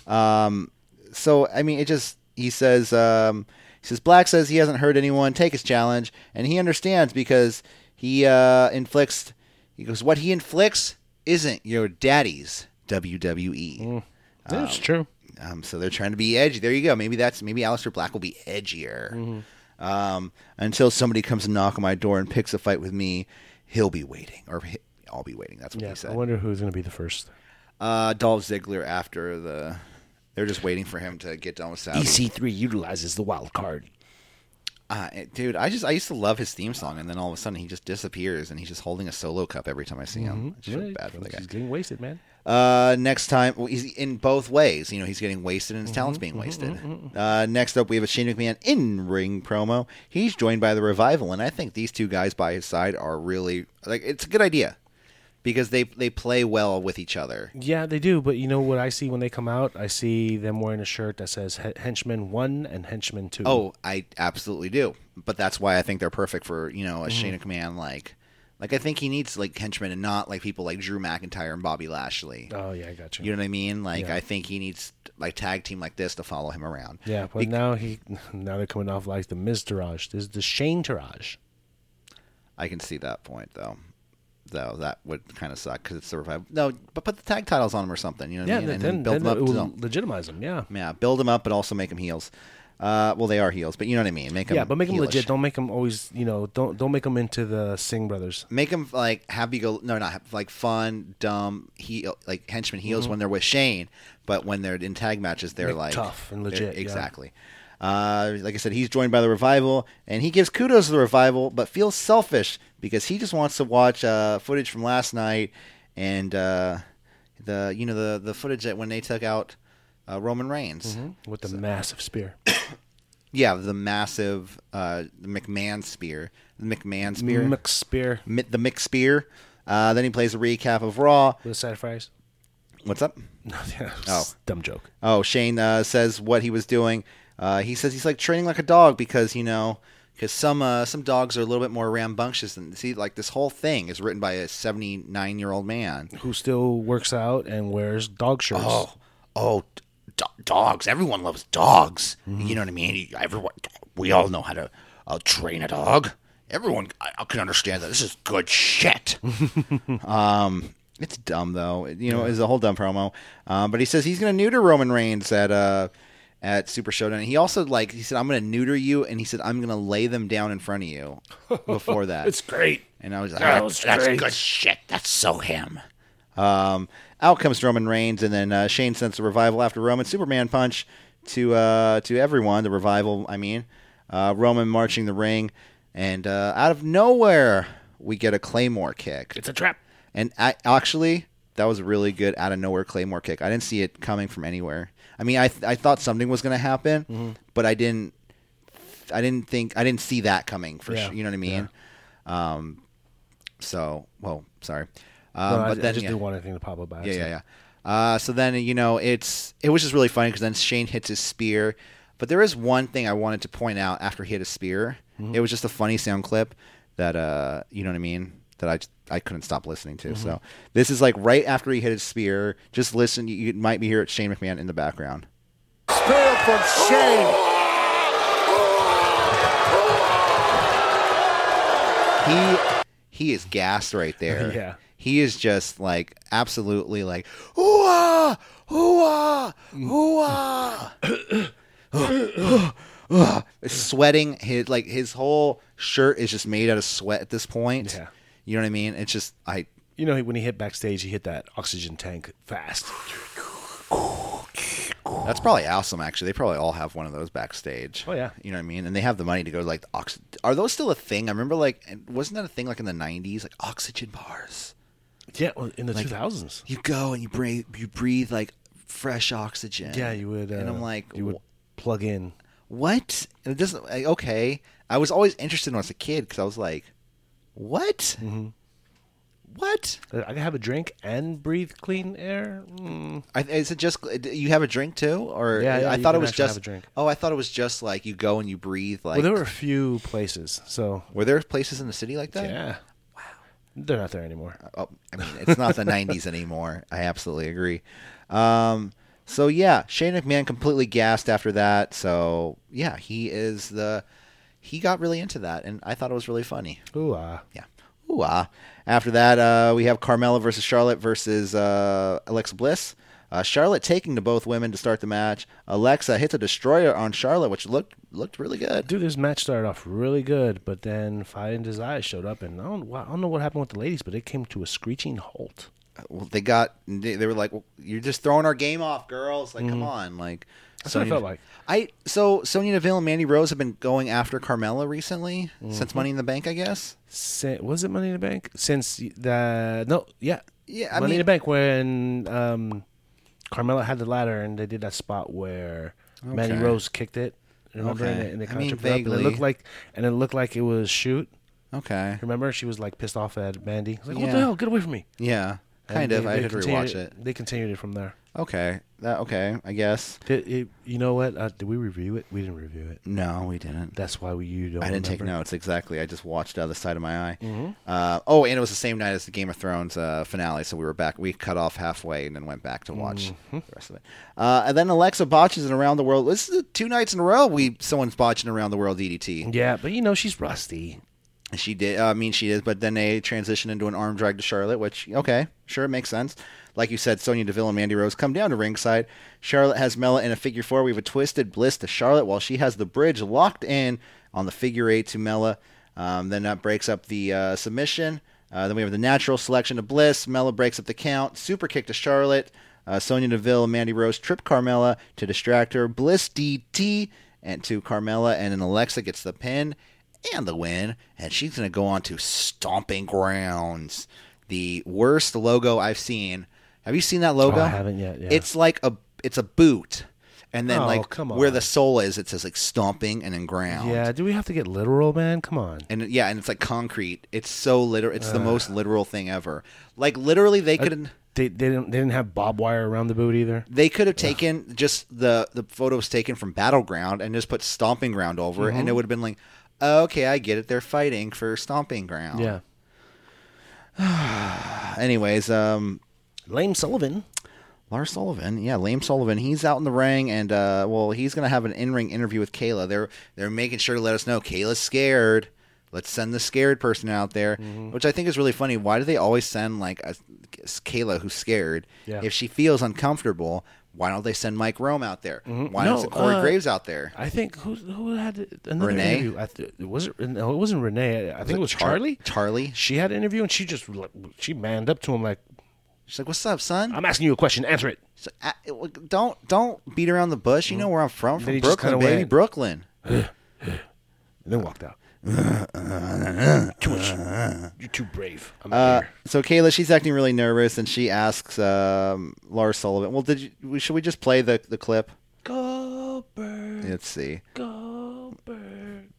[SPEAKER 2] um, so I mean, it just he says um, he says Black says he hasn't heard anyone take his challenge, and he understands because he uh, inflicts. He goes, what he inflicts isn't your daddy's WWE.
[SPEAKER 3] Mm. That's true.
[SPEAKER 2] Um, so they're trying to be edgy. There you go. Maybe that's maybe Alistair Black will be edgier.
[SPEAKER 3] Mm-hmm.
[SPEAKER 2] Um, until somebody comes and knock on my door and picks a fight with me, he'll be waiting, or he, I'll be waiting. That's what
[SPEAKER 3] Yeah,
[SPEAKER 2] he
[SPEAKER 3] I
[SPEAKER 2] said.
[SPEAKER 3] wonder who's going to be the first.
[SPEAKER 2] Uh, Dolph Ziggler after the, they're just waiting for him to get done with Savage.
[SPEAKER 3] EC3 utilizes the wild card.
[SPEAKER 2] Uh, it- dude, I just I used to love his theme song, and then all of a sudden he just disappears, and he's just holding a solo cup every time I see him. I just feel bad for the guy.
[SPEAKER 3] He's getting wasted, man.
[SPEAKER 2] Uh, next time, well, he's in both ways. You know, he's getting wasted and his talent's being wasted. Uh, next up, we have a Shane McMahon in ring promo. He's joined by the revival, and I think these two guys by his side are really like it's a good idea because they they play well with each other.
[SPEAKER 3] Yeah, they do. But you know what I see when they come out? I see them wearing a shirt that says Hen- Henchman 1 and Henchman 2.
[SPEAKER 2] Oh, I absolutely do, but that's why I think they're perfect for you know a
[SPEAKER 3] Mm-hmm.
[SPEAKER 2] Shane McMahon like. Like I think he needs like henchmen and not like people like Drew McIntyre and Bobby Lashley.
[SPEAKER 3] Oh, yeah, I got you.
[SPEAKER 2] You know what I mean? Like I think he needs like tag team like this to follow him around.
[SPEAKER 3] yeah, but now he (laughs) now they're coming off like the Miz Taraj. This is the Shane Taraj.
[SPEAKER 2] I can see that point though. Though that would kind of suck because it's the revival. No, but put the tag titles on them or something. You know what I
[SPEAKER 3] Yeah,
[SPEAKER 2] mean?
[SPEAKER 3] then,
[SPEAKER 2] and
[SPEAKER 3] then,
[SPEAKER 2] build
[SPEAKER 3] then
[SPEAKER 2] them
[SPEAKER 3] it
[SPEAKER 2] up. To
[SPEAKER 3] will
[SPEAKER 2] them.
[SPEAKER 3] legitimize them. Yeah.
[SPEAKER 2] Yeah, build them up, but also make them heels. Uh, well, they are heels, but you know what I mean. Make them.
[SPEAKER 3] Yeah, but make them
[SPEAKER 2] heelish.
[SPEAKER 3] legit. Don't make them always, you know, don't don't make them into the Singh brothers.
[SPEAKER 2] Make them like happy go. No, not happy, like fun, dumb heel, like henchman
[SPEAKER 3] Mm-hmm.
[SPEAKER 2] heels when they're with Shane, but when they're in tag matches, they're
[SPEAKER 3] Make
[SPEAKER 2] like
[SPEAKER 3] tough and
[SPEAKER 2] they're-
[SPEAKER 3] legit, yeah.
[SPEAKER 2] Exactly. Uh, like I said, he's joined by the revival, and he gives kudos to the revival, but feels selfish because he just wants to watch uh, footage from last night and uh, the you know the the footage that when they took out uh, Roman Reigns.
[SPEAKER 3] With the massive spear.
[SPEAKER 2] Yeah, the massive uh, McMahon spear, the McMahon spear,
[SPEAKER 3] Mc spear
[SPEAKER 2] Mi- the Mick spear. Uh, then he plays a recap of Raw.
[SPEAKER 3] with a side of fries. (laughs)
[SPEAKER 2] What's up?
[SPEAKER 3] No, yeah,
[SPEAKER 2] Oh.
[SPEAKER 3] dumb joke.
[SPEAKER 2] Oh, Shane uh, says what he was doing. Uh, he says he's like training like a dog because you know, because some uh, some dogs are a little bit more rambunctious than see. Like this whole thing is written by a seventy nine year old man.
[SPEAKER 3] Who still works out and wears dog shirts?
[SPEAKER 2] Oh, oh, do- dogs. Everyone loves dogs. You know what I mean? Everyone, we all know how to uh, train a dog. Everyone I, I can understand that. This is good shit. um, it's dumb though. It- You know, it's a whole dumb promo. Um, but he says he's going to neuter Roman Reigns at uh at Super Showdown. And he also like he said I'm going to neuter you, and he said I'm going to lay them down in front of
[SPEAKER 3] (laughs)
[SPEAKER 2] you before that.
[SPEAKER 3] It's great.
[SPEAKER 2] And I was like, "Ah,
[SPEAKER 3] That
[SPEAKER 2] "That-
[SPEAKER 3] was
[SPEAKER 2] that's
[SPEAKER 3] great."
[SPEAKER 2] good shit. That's so him. Um, out comes Roman Reigns, and then uh, Shane sends the revival after Roman Superman punch to uh, to everyone. The revival, I mean, uh, Roman marching the ring, and uh, out of nowhere we get a claymore kick.
[SPEAKER 3] It's a trap.
[SPEAKER 2] And I actually, that was a really good out of nowhere claymore kick. I didn't see it coming from anywhere. I mean, I th- I thought something was going to happen,
[SPEAKER 3] Mm-hmm.
[SPEAKER 2] but I didn't. I didn't think I didn't see that coming for
[SPEAKER 3] Yeah.
[SPEAKER 2] sure. You know what I mean? Um, so well, sorry,
[SPEAKER 3] No,
[SPEAKER 2] um,
[SPEAKER 3] I,
[SPEAKER 2] but
[SPEAKER 3] I
[SPEAKER 2] then
[SPEAKER 3] just
[SPEAKER 2] yeah.
[SPEAKER 3] didn't want anything to pop up. By
[SPEAKER 2] yeah,
[SPEAKER 3] accident.
[SPEAKER 2] yeah, yeah. Uh, so then you know it's it was just really funny because then Shane hits his spear, but there is one thing I wanted to point out after he hit his spear. It was just a funny sound clip that uh you know what I mean that I just- I couldn't stop listening to. So this is like right after he hit his spear. Just listen, you, you might be here at Shane McMahon in the background. Spear from Shane. He he is gassed right there.
[SPEAKER 3] (laughs) Yeah.
[SPEAKER 2] He is just like absolutely like ooh-ah, ooh-ah, ooh-ah. (coughs) sweating his like his whole shirt is just made out of sweat at this point.
[SPEAKER 3] Yeah.
[SPEAKER 2] You know what I mean? It's just I
[SPEAKER 3] You know, when he hit backstage, he hit that oxygen tank fast.
[SPEAKER 2] That's probably awesome. Actually, they probably all have one of those backstage.
[SPEAKER 3] Oh, yeah.
[SPEAKER 2] you know what I mean. And they have the money to go to, like the ox. Are those still a thing? I remember like and wasn't that a thing like in the nineties, like oxygen bars?
[SPEAKER 3] Yeah, well, in the 2000s.
[SPEAKER 2] You go and you breathe, you breathe like fresh oxygen.
[SPEAKER 3] Yeah, you would. Uh,
[SPEAKER 2] and I'm like,
[SPEAKER 3] you would plug in.
[SPEAKER 2] what? And it doesn't. Like, okay, I was always interested when I was a kid because I was like, what?
[SPEAKER 3] Mm-hmm.
[SPEAKER 2] What?
[SPEAKER 3] I can have a drink and breathe clean air. Mm.
[SPEAKER 2] I, is it just uh, you have a drink too, or
[SPEAKER 3] Yeah, yeah,
[SPEAKER 2] I
[SPEAKER 3] you
[SPEAKER 2] thought it
[SPEAKER 3] can
[SPEAKER 2] was
[SPEAKER 3] actually have
[SPEAKER 2] just
[SPEAKER 3] a drink.
[SPEAKER 2] oh, I thought it was just like you go and you breathe like.
[SPEAKER 3] Well, there were a few places, so
[SPEAKER 2] Were there places in the city like that?
[SPEAKER 3] yeah. Wow. They're not there anymore.
[SPEAKER 2] Oh, I mean, it's not the 90s anymore. I absolutely agree. Um, so, yeah, Shane McMahon completely gassed after that. So, yeah, he is the. He got really into that, and I thought it was really funny.
[SPEAKER 3] Ooh, ah.
[SPEAKER 2] Yeah. Ooh, ah. After that, uh, we have Carmella versus Charlotte versus uh, Alexa Bliss. Uh, Charlotte taking to both women to start the match. Alexa hits a destroyer on Charlotte, which looked looked really good.
[SPEAKER 3] Dude, this match started off really good, but then Fire and Desire showed up, and I don't, wa- I don't know what happened with the ladies, but it came to a screeching halt.
[SPEAKER 2] well, they got they, they were like, well, "You're just throwing our game off, girls." Like, come on, like.
[SPEAKER 3] Mm-hmm. That's what it
[SPEAKER 2] Sonya-
[SPEAKER 3] felt like.
[SPEAKER 2] I so Sonya Deville and Mandy Rose have been going after Carmella recently
[SPEAKER 3] Mm-hmm.
[SPEAKER 2] since Money in the Bank, I guess.
[SPEAKER 3] Sin- was it Money in the Bank? Since the no, yeah,
[SPEAKER 2] Yeah, I mean-
[SPEAKER 3] Money in the Bank when um, Carmella had the ladder and they did that spot where Mandy
[SPEAKER 2] Okay.
[SPEAKER 3] Rose kicked it. Remember? And
[SPEAKER 2] Okay.
[SPEAKER 3] they, and they
[SPEAKER 2] I
[SPEAKER 3] kinda
[SPEAKER 2] mean,
[SPEAKER 3] tripped her up, and it
[SPEAKER 2] vaguely.
[SPEAKER 3] looked like and it looked like it was shoot.
[SPEAKER 2] Okay,
[SPEAKER 3] Remember, she was like pissed off at Mandy. Like, what
[SPEAKER 2] Yeah.
[SPEAKER 3] the hell? Get away from me!
[SPEAKER 2] yeah,
[SPEAKER 3] And
[SPEAKER 2] kind of.
[SPEAKER 3] they-
[SPEAKER 2] I
[SPEAKER 3] they
[SPEAKER 2] had to
[SPEAKER 3] continued
[SPEAKER 2] rewatch it.
[SPEAKER 3] They continued it from there.
[SPEAKER 2] Okay, that okay, I guess.
[SPEAKER 3] Did it, you know what? Uh, did we review it? We didn't review it.
[SPEAKER 2] No, we didn't.
[SPEAKER 3] That's why we you don't.
[SPEAKER 2] I didn't take
[SPEAKER 3] remember. Mm-hmm.
[SPEAKER 2] notes exactly. I just watched out of the side of my eye. Uh, oh, and it was the same night as the Game of Thrones uh, finale, so we were back. We cut off halfway and then went back to watch
[SPEAKER 3] Mm-hmm.
[SPEAKER 2] the rest of it. Uh, and then Alexa botches an around the world. This is the two nights in a row we someone's botching around the world E DDT.
[SPEAKER 3] Yeah, but you know she's rusty.
[SPEAKER 2] She did. I mean, she is. But then they transition into an arm drag to Charlotte, which okay, sure, it makes sense. Like you said, Sonya Deville and Mandy Rose come down to ringside. Charlotte has Mella in a figure four. We have a twisted bliss to Charlotte while she has the bridge locked in on the figure eight to Mella. Um, then that breaks up the uh, submission. Uh, then we have the natural selection to Bliss. Mella breaks up the count. Super kick to Charlotte. Uh, Sonya Deville and Mandy Rose trip Carmella to distract her. Bliss DT and to Carmella, and then Alexa gets the pin and the win, and she's going to go on to Stomping Grounds, the worst logo I've seen. Have you seen that logo?
[SPEAKER 3] Oh, I haven't yet, yeah.
[SPEAKER 2] It's like a it's a boot, and then
[SPEAKER 3] Oh,
[SPEAKER 2] like
[SPEAKER 3] come
[SPEAKER 2] where
[SPEAKER 3] on.
[SPEAKER 2] the sole is, it says like Stomping and then Ground.
[SPEAKER 3] Yeah, do we have to get literal, man? Come on.
[SPEAKER 2] And yeah, and it's like concrete. It's so literal. It's the most literal thing ever. Like literally, they could
[SPEAKER 3] They, they didn't they didn't have bob wire around the boot either.
[SPEAKER 2] they could have taken just the the photos taken from battleground and just put stomping ground over it and
[SPEAKER 3] Mm-hmm.
[SPEAKER 2] it would have been like okay i get it they're fighting for stomping ground
[SPEAKER 3] Yeah.
[SPEAKER 2] anyways um
[SPEAKER 3] Lame Sullivan.
[SPEAKER 2] Lars Sullivan, yeah, Lame Sullivan. He's out in the ring, and uh, well, he's gonna have an in-ring interview with Kayla. They're they're making sure to let us know Kayla's scared. Let's send the scared person out there,
[SPEAKER 3] Mm-hmm.
[SPEAKER 2] which I think is really funny. Why do they always send like a, Kayla who's scared?
[SPEAKER 3] Yeah.
[SPEAKER 2] If she feels uncomfortable, why don't they send Mike Rome out there? Why
[SPEAKER 3] No,
[SPEAKER 2] don't not Corey
[SPEAKER 3] uh,
[SPEAKER 2] Graves out there?
[SPEAKER 3] I think who who had another
[SPEAKER 2] Renee?
[SPEAKER 3] interview? I th- was it no? It wasn't Renee. I, I think it was
[SPEAKER 2] Char-
[SPEAKER 3] Charlie.
[SPEAKER 2] Charlie.
[SPEAKER 3] She had an interview and she just like, she manned up to him like,
[SPEAKER 2] She's like, "What's up, son?"
[SPEAKER 3] "I'm asking you a question, answer it."
[SPEAKER 2] So, I, don't don't beat around the bush. You know where I'm from, from
[SPEAKER 3] Mm-hmm. he just
[SPEAKER 2] Brooklyn,
[SPEAKER 3] kinda
[SPEAKER 2] baby,
[SPEAKER 3] went-
[SPEAKER 2] Brooklyn.
[SPEAKER 3] And then walked out. too much. You're too brave. I'm
[SPEAKER 2] Uh,
[SPEAKER 3] out here.
[SPEAKER 2] so Kayla, she's acting really nervous, and she asks um, Lars Sullivan, "Well, did you, should we just play the the clip?
[SPEAKER 3] Goldberg,
[SPEAKER 2] Let's see.
[SPEAKER 3] Goldberg.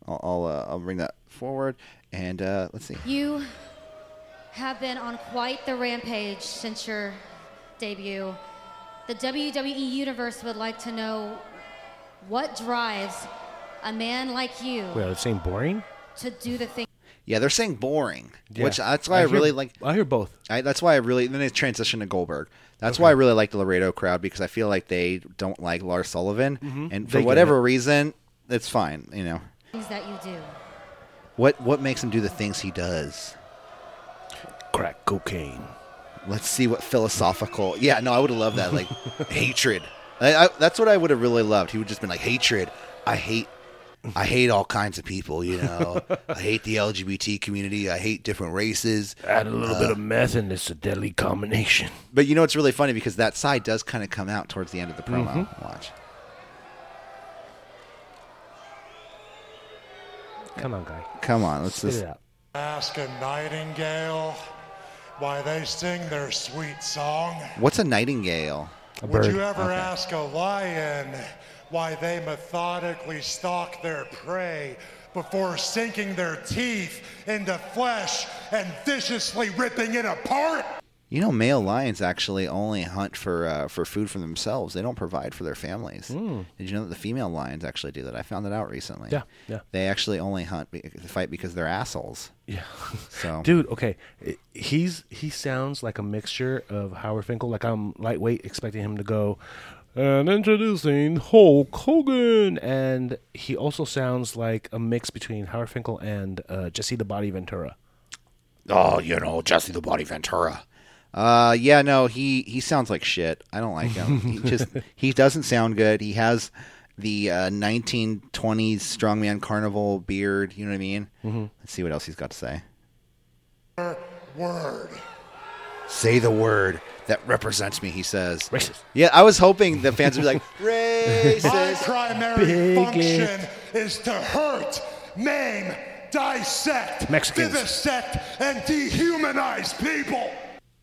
[SPEAKER 2] I'll I'll, uh, I'll bring that forward, and uh, let's see.
[SPEAKER 4] You have been on quite the rampage since your debut. The WWE Universe would like to know what drives a man like you
[SPEAKER 3] Wait, are they saying boring?
[SPEAKER 4] to do the things
[SPEAKER 2] Yeah, they're saying boring,
[SPEAKER 3] Yeah.
[SPEAKER 2] which that's why I,
[SPEAKER 3] hear-
[SPEAKER 2] really like.
[SPEAKER 3] I hear both.
[SPEAKER 2] I, that's why I really then they transition to Goldberg. That's why I really like the Laredo crowd because I feel like they don't like Lars Sullivan, and for
[SPEAKER 3] Mm-hmm. They get
[SPEAKER 2] whatever reason, it's fine. You know
[SPEAKER 4] that you do.
[SPEAKER 2] what what makes him do the things he does.
[SPEAKER 3] Crack cocaine.
[SPEAKER 2] Let's see what philosophical. Yeah, no, I would have loved that. Like hatred. I, I, that's what I would have really loved. He would just been like hatred. I hate. I hate all kinds of people. You know, I hate the LGBT community. I hate different races.
[SPEAKER 3] Add a little bit of meth and it's a deadly combination.
[SPEAKER 2] But you know, it's really funny because that side does kind of come out towards the end of the promo. Watch.
[SPEAKER 3] Come on, guy.
[SPEAKER 2] Come on, let's
[SPEAKER 3] Spit
[SPEAKER 2] just.
[SPEAKER 3] it out.
[SPEAKER 5] Ask a nightingale why they sing their sweet song.
[SPEAKER 2] What's a nightingale?
[SPEAKER 3] A
[SPEAKER 5] Would
[SPEAKER 3] bird.
[SPEAKER 5] you ever ask a lion why they methodically stalk their prey before sinking their teeth into flesh and viciously ripping it apart?
[SPEAKER 2] You know, male lions actually only hunt for uh, for food for themselves. They don't provide for their families. Did you know that the female lions actually do that? I found that out recently.
[SPEAKER 3] Hmm. Yeah, yeah.
[SPEAKER 2] They actually only hunt be- fight because they're assholes.
[SPEAKER 3] Yeah.
[SPEAKER 2] So
[SPEAKER 3] (laughs) Dude, okay, I- he's he sounds like a mixture of Howard Finkel. Like I'm lightweight, expecting him to go and introducing Hulk Hogan, and he also sounds like a mix between Howard Finkel and uh, Jesse the Body Ventura.
[SPEAKER 2] oh, you know, Jesse the Body Ventura. Uh, yeah, no, he he sounds like shit. I don't like him.
[SPEAKER 3] (laughs)
[SPEAKER 2] he just he doesn't sound good. He has the uh, 1920s strongman carnival beard. You know what I mean? Mm-hmm. Let's see what else he's got to say.
[SPEAKER 5] Word.
[SPEAKER 2] Say the word that represents me. He says.
[SPEAKER 3] Racist.
[SPEAKER 2] Yeah, I was hoping the fans would be
[SPEAKER 3] (laughs)
[SPEAKER 2] like
[SPEAKER 5] My
[SPEAKER 2] racist.
[SPEAKER 5] primary
[SPEAKER 3] Bigot.
[SPEAKER 5] function is to hurt, maim, dissect,
[SPEAKER 3] Mexicans.
[SPEAKER 5] vivisect, and dehumanize people.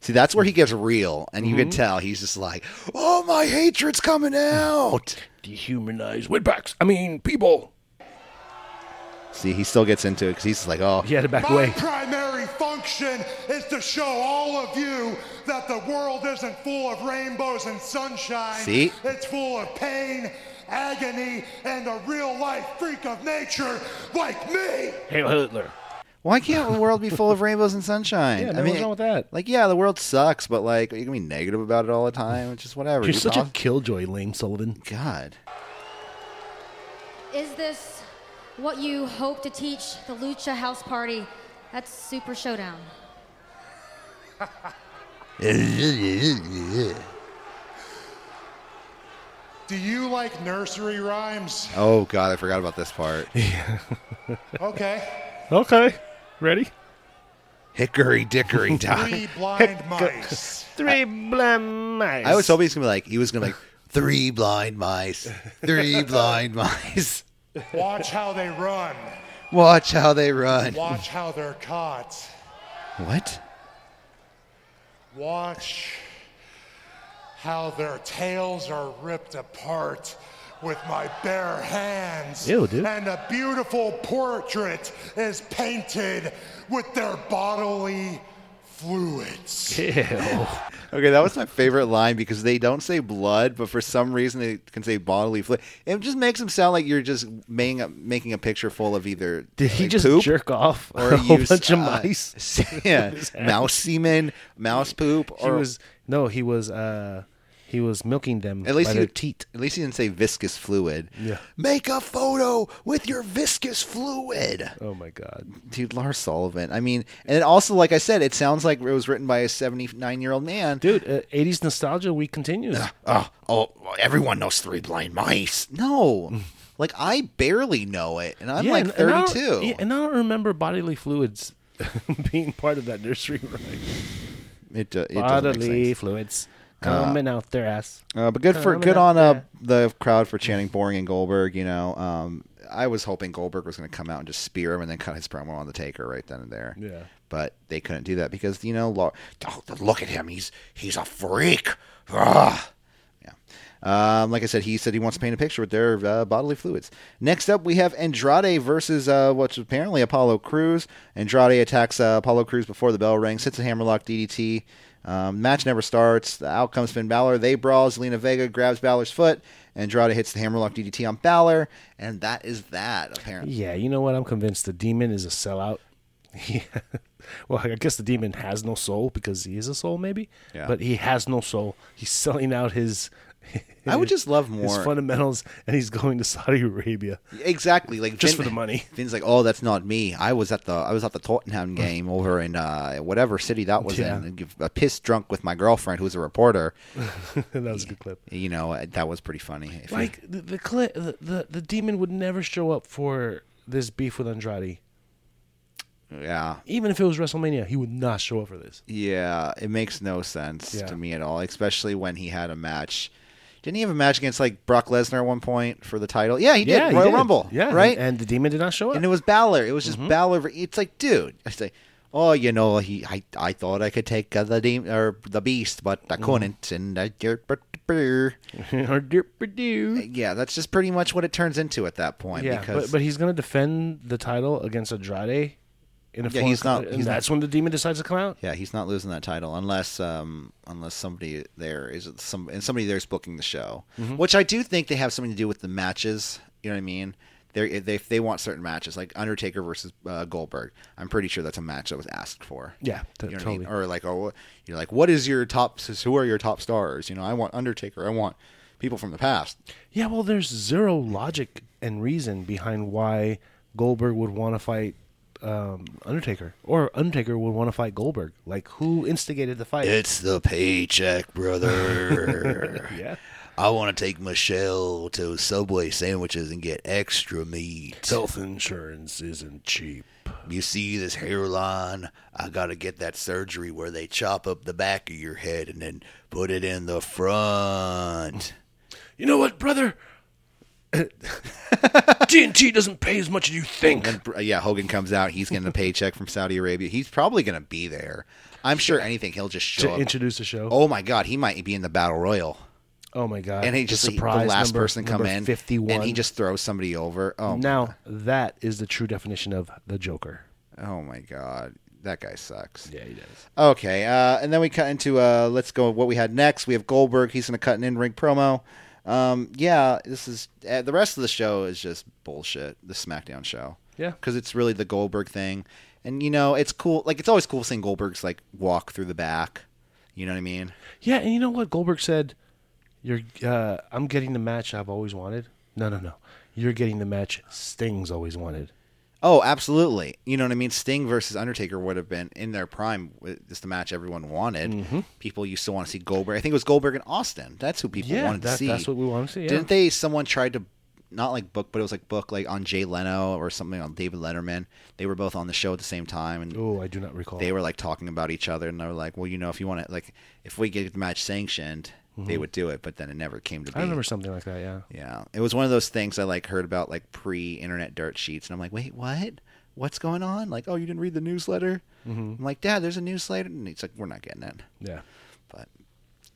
[SPEAKER 2] See, that's
[SPEAKER 3] Mm.
[SPEAKER 2] where he gets real, and you
[SPEAKER 3] Mm-hmm.
[SPEAKER 2] can tell he's just like, "Oh, my hatred's coming out."
[SPEAKER 3] Dehumanize windbacks. I mean, people.
[SPEAKER 2] See, he still gets into it because he's just like, "Oh,
[SPEAKER 3] He had to back
[SPEAKER 5] My
[SPEAKER 3] away.
[SPEAKER 5] primary function is to show all of you that the world isn't full of rainbows and sunshine.
[SPEAKER 2] See?
[SPEAKER 5] It's full of pain, agony, and a real life freak of nature like me.
[SPEAKER 3] Hail Hitler.
[SPEAKER 2] Why can't the world be full of rainbows and sunshine?
[SPEAKER 3] Yeah, man, what's wrong with that?
[SPEAKER 2] Like, yeah, the world sucks, but like, you can be negative about it all the time. It's just whatever.
[SPEAKER 3] You're
[SPEAKER 2] Just
[SPEAKER 3] such a
[SPEAKER 2] off-
[SPEAKER 3] killjoy, Lane Sullivan.
[SPEAKER 2] God.
[SPEAKER 4] Is this what you hope to teach the Lucha House Party at Super Showdown?
[SPEAKER 5] Do you like nursery rhymes?
[SPEAKER 2] Oh God, I forgot about this
[SPEAKER 3] (laughs)
[SPEAKER 2] part.
[SPEAKER 5] Okay.
[SPEAKER 3] Okay, ready?
[SPEAKER 2] Hickory
[SPEAKER 3] (laughs)
[SPEAKER 2] dickory dock.
[SPEAKER 5] Three blind mice.
[SPEAKER 3] Three blam mice.
[SPEAKER 2] I was hoping he's gonna be like, he was gonna be like, three blind mice,
[SPEAKER 3] (laughs)
[SPEAKER 2] three blind mice.
[SPEAKER 5] Watch how they run.
[SPEAKER 2] Watch how they run.
[SPEAKER 5] Watch how they're caught.
[SPEAKER 2] What?
[SPEAKER 5] Watch how their tails are ripped apart with my bare hands.
[SPEAKER 3] Ew, dude.
[SPEAKER 5] And a beautiful portrait is painted with their bodily fluids.
[SPEAKER 3] Ew.
[SPEAKER 2] Okay, that was my favorite line because they don't say blood, but for some reason they can say bodily fluid. It just makes them sound like you're just making a, making a picture full of either
[SPEAKER 3] Did he
[SPEAKER 2] like,
[SPEAKER 3] just
[SPEAKER 2] poop
[SPEAKER 3] jerk off
[SPEAKER 2] or
[SPEAKER 3] a whole
[SPEAKER 2] use,
[SPEAKER 3] bunch of
[SPEAKER 2] uh,
[SPEAKER 3] mice?
[SPEAKER 2] (laughs) yeah, mouse semen, mouse poop,
[SPEAKER 3] He
[SPEAKER 2] or
[SPEAKER 3] was no, he was uh He was milking them
[SPEAKER 2] At least
[SPEAKER 3] by
[SPEAKER 2] he
[SPEAKER 3] their teat.
[SPEAKER 2] At least he didn't say viscous fluid.
[SPEAKER 3] Yeah.
[SPEAKER 2] Make a photo with your viscous fluid.
[SPEAKER 3] Oh my god.
[SPEAKER 2] Dude, Lars Sullivan. I mean, and it also, like I said, it sounds like it was written by a 79 year old man.
[SPEAKER 3] Dude, uh, 80s nostalgia week continues.
[SPEAKER 2] Oh, oh, everyone knows Three Blind Mice. (laughs) No. like, I barely know it, and I'm like
[SPEAKER 3] and- and I don't-
[SPEAKER 2] 32.
[SPEAKER 3] yeah, and I don't remember bodily fluids (laughs) being part of that nursery (laughs) rhyme.
[SPEAKER 2] it, do- it doesn't make
[SPEAKER 3] Bodily
[SPEAKER 2] sense.
[SPEAKER 3] fluids coming out their ass.
[SPEAKER 2] Uh, but good for
[SPEAKER 3] Coming
[SPEAKER 2] good
[SPEAKER 3] up
[SPEAKER 2] on uh, the crowd for chanting Boring and Goldberg. You know, um, I was hoping Goldberg was going to come out and just spear him and then cut his promo on the Taker right then and there.
[SPEAKER 3] Yeah.
[SPEAKER 2] But they couldn't do that because you know, Lar- oh, look at him. He's he's a freak. Ah. Ugh. Yeah. Um, like I said, he said he wants to paint a picture with their uh, bodily fluids. Next up, we have Andrade versus uh, what's apparently Apollo Cruz. Andrade attacks uh, Apollo Cruz before the bell rings, hits a hammerlock DDT. Um, match never starts. The out comes Finn Balor. They brawl. Zelina Vega grabs Balor's foot. Andrade hits the hammerlock DDT on Balor, and that is that. Apparently,
[SPEAKER 3] Yeah, you know what? I'm convinced the demon is a sellout. (laughs) Yeah. Well, I guess the demon has no soul because he is a soul, maybe.
[SPEAKER 2] Yeah.
[SPEAKER 3] But he has no soul. He's selling out his.
[SPEAKER 2] I would just love
[SPEAKER 3] His
[SPEAKER 2] more.
[SPEAKER 3] fundamentals, and he's going to Saudi Arabia. (laughs)
[SPEAKER 2] Exactly, like
[SPEAKER 3] Just for
[SPEAKER 2] (laughs)
[SPEAKER 3] the money.
[SPEAKER 2] Finn's like, "Oh, that's not me. I was at the I was at the
[SPEAKER 3] (laughs)
[SPEAKER 2] Tottenham game over in uh, whatever city that was
[SPEAKER 3] Yeah.
[SPEAKER 2] in, and give- a piss drunk with my girlfriend who's a
[SPEAKER 3] (laughs)
[SPEAKER 2] reporter.
[SPEAKER 3] that was a good clip.
[SPEAKER 2] You know, uh, that was pretty funny. If you-
[SPEAKER 3] Like the the, cli the the the demon would never show up for this beef with Andrade.
[SPEAKER 2] yeah,
[SPEAKER 3] Even if it was WrestleMania, he would not show up for this.
[SPEAKER 2] yeah, it makes no sense
[SPEAKER 3] Yeah.
[SPEAKER 2] to me at all, especially when he had a match. Didn't he have a match against like Brock Lesnar at one point for the title? Yeah, he did.
[SPEAKER 3] he
[SPEAKER 2] Royal
[SPEAKER 3] did.
[SPEAKER 2] Rumble.
[SPEAKER 3] Yeah,
[SPEAKER 2] right.
[SPEAKER 3] And, and the demon did not show up.
[SPEAKER 2] and it was Balor. It was
[SPEAKER 3] Mm-hmm.
[SPEAKER 2] just Balor. ver- It's like, dude, I say, oh, you know, he, I, I thought I could take uh, the demon or the beast, but
[SPEAKER 3] Mm-hmm.
[SPEAKER 2] I couldn't, and I,
[SPEAKER 3] (laughs) Or dear Purdue.
[SPEAKER 2] yeah, that's just pretty much what it turns into at that point.
[SPEAKER 3] Yeah,
[SPEAKER 2] because
[SPEAKER 3] but, but he's gonna defend the title against Andrade. In a
[SPEAKER 2] Yeah,
[SPEAKER 3] foreign
[SPEAKER 2] he's not-
[SPEAKER 3] country,
[SPEAKER 2] he's
[SPEAKER 3] and
[SPEAKER 2] not-
[SPEAKER 3] that's when the demon decides to come out.
[SPEAKER 2] yeah, he's not losing that title unless, um, unless somebody there is some and somebody there's booking the show,
[SPEAKER 3] Mm-hmm.
[SPEAKER 2] which I do think they have something to do with the matches. You know what I mean? They're, they they want certain matches like Undertaker versus uh, Goldberg. I'm pretty sure that's a match that was asked for.
[SPEAKER 3] Yeah, t-
[SPEAKER 2] You know what I
[SPEAKER 3] totally.
[SPEAKER 2] mean? Or like, oh, you're like, what is your top? Who are your top stars? You know, I want Undertaker. I want people from the past.
[SPEAKER 3] Yeah, well, there's zero logic and reason behind why Goldberg would want to fight um, Undertaker, or Undertaker would want to fight Goldberg. Like, who instigated the fight?
[SPEAKER 2] It's the paycheck, brother.
[SPEAKER 3] (laughs) yeah.
[SPEAKER 2] I want to take Michelle to Subway sandwiches and get extra meat.
[SPEAKER 3] Health insurance isn't cheap.
[SPEAKER 2] You see this hairline? I got to get that surgery where they chop up the back of your head and then put it in the front.
[SPEAKER 3] You know what, (laughs) brother? TNT doesn't pay as much as you think.
[SPEAKER 2] Br- uh, yeah, Hogan comes out. He's getting a paycheck from Saudi Arabia. He's probably going to be there. I'm sure anything. He'll just show
[SPEAKER 3] to
[SPEAKER 2] up.
[SPEAKER 3] introduce the show. Oh,
[SPEAKER 2] oh my God, he might be in the battle royal.
[SPEAKER 3] my god!
[SPEAKER 2] And he just the last
[SPEAKER 3] number-
[SPEAKER 2] person come
[SPEAKER 3] number
[SPEAKER 2] in,
[SPEAKER 3] fifty-one.
[SPEAKER 2] and he just throws somebody over. Oh,
[SPEAKER 3] now that is the true definition of the Joker.
[SPEAKER 2] oh my God, that guy sucks.
[SPEAKER 3] he does.
[SPEAKER 2] Okay, uh, and then we cut into uh, let's go. What we had next? We have Goldberg. He's going to cut an in-ring promo. Um, yeah, this is uh, the rest of the show is just bullshit. The SmackDown show.
[SPEAKER 3] Yeah.
[SPEAKER 2] because it's really the Goldberg thing, and you know it's cool. Like it's always cool seeing Goldberg's like walk through the back. You know what I mean?
[SPEAKER 3] Yeah, and you know what Goldberg said? You're, uh, I'm getting the match I've always wanted. No, no, no. You're getting the match Sting's always wanted.
[SPEAKER 2] Oh, absolutely. You know what I mean? Sting versus Undertaker would have been in their prime. It's the match everyone wanted.
[SPEAKER 3] Mm-hmm.
[SPEAKER 2] People used to want to see Goldberg. I think it was Goldberg and Austin. That's who people
[SPEAKER 3] Yeah,
[SPEAKER 2] wanted to
[SPEAKER 3] that-
[SPEAKER 2] see.
[SPEAKER 3] that's what we wanted to see, yeah.
[SPEAKER 2] Didn't they? Someone tried to not like book, but it was like book like on Jay Leno or something on David Letterman. They were both on the show at the same time, and
[SPEAKER 3] Oh, I do not recall.
[SPEAKER 2] they were like talking about each other. And they were like, "Well, you know, if you want to, like, if we get the match sanctioned, they would do it." But then it never came to be.
[SPEAKER 3] Mm-hmm. I remember something like that. Yeah.
[SPEAKER 2] Yeah, it was one of those things I like heard about like pre-internet dirt sheets, and I'm like, wait, what? What's going on? Like, oh, you didn't read the newsletter?
[SPEAKER 3] Mm-hmm.
[SPEAKER 2] I'm like, Dad, there's a newsletter, and he's like, we're not getting it.
[SPEAKER 3] Yeah.
[SPEAKER 2] But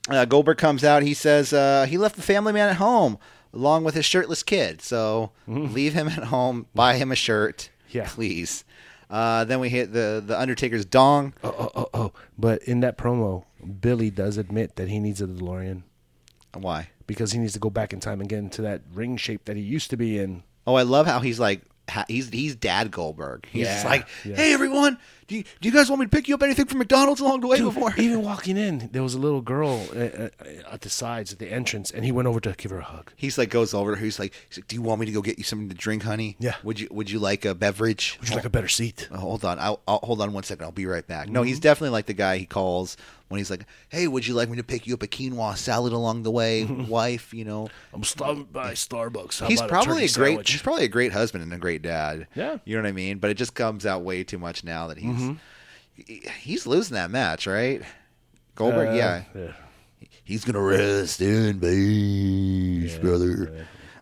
[SPEAKER 2] uh, Goldberg comes out. He says uh, he left the family man at home along with his shirtless kid. So leave him at home. Buy him a shirt,
[SPEAKER 3] Mm-hmm. Yeah.
[SPEAKER 2] please. Uh, then we hit the the Undertaker's dong.
[SPEAKER 3] Oh, oh, oh. But in that promo, Billy does admit that he needs a DeLorean
[SPEAKER 2] Why?
[SPEAKER 3] because he needs to go back in time and get into that ring shape that he used to be in.
[SPEAKER 2] Oh, I love how he's like, ha- he's he's Dad Goldberg. He's just
[SPEAKER 3] Yeah.
[SPEAKER 2] like,
[SPEAKER 3] Yeah.
[SPEAKER 2] hey everyone, do you, do you guys want me to pick you up anything from McDonald's along the way
[SPEAKER 3] Dude,
[SPEAKER 2] before? (laughs)
[SPEAKER 3] even walking in, there was a little girl uh, uh, at the sides at the entrance, and he went over to give her a hug.
[SPEAKER 2] He's like goes over to her. He's like, he's like, do you want me to go get you something to drink, honey?
[SPEAKER 3] Yeah.
[SPEAKER 2] Would you Would you like a beverage?
[SPEAKER 3] Would you like a better seat?
[SPEAKER 2] Oh, hold on. I'll, I'll hold on one second. I'll be right back. No, he's definitely like the guy he calls when he's like, "Hey, would you like me to pick you up a quinoa salad along the way, wife?" You know,
[SPEAKER 3] I'm stopping by Starbucks. How
[SPEAKER 2] he's
[SPEAKER 3] about
[SPEAKER 2] probably
[SPEAKER 3] turkey
[SPEAKER 2] a, great.
[SPEAKER 3] sandwich?
[SPEAKER 2] He's probably a great husband and a great dad.
[SPEAKER 3] Yeah. Mm-hmm.
[SPEAKER 2] you know what I mean. But it just comes out way too much now that he's he- he's losing that match, right? Goldberg,
[SPEAKER 3] Uh,
[SPEAKER 2] yeah,
[SPEAKER 3] yeah.
[SPEAKER 2] he's gonna rest in peace, brother.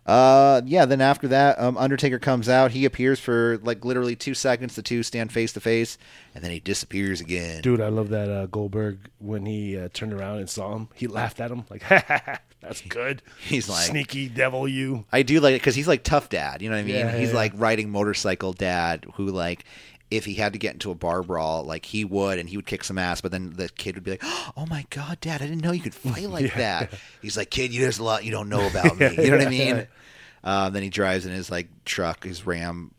[SPEAKER 2] Uh, yeah. Then after that, um, Undertaker comes out. He appears for like literally two seconds. The two stand face to face, and then he disappears again.
[SPEAKER 3] Dude, I love that uh, Goldberg when he uh, turned around and saw him. He laughed at him like, (laughs) "Ha, ha, ha, "That's good."
[SPEAKER 2] He's like-
[SPEAKER 3] "Sneaky devil, you."
[SPEAKER 2] I do like it because he's like tough dad. You know what I mean?
[SPEAKER 3] Yeah, yeah,
[SPEAKER 2] he's
[SPEAKER 3] yeah.
[SPEAKER 2] like riding motorcycle dad who like. If he had to get into a bar brawl, like he would, and he would kick some ass, but then the kid would be like, (gasps) "Oh my god, Dad, I didn't know you could
[SPEAKER 3] (laughs)
[SPEAKER 2] fight like that." He's like, "Kid, you there's a lot you don't know about me." You know what I mean? Uh, then he drives in his like truck, his Ram.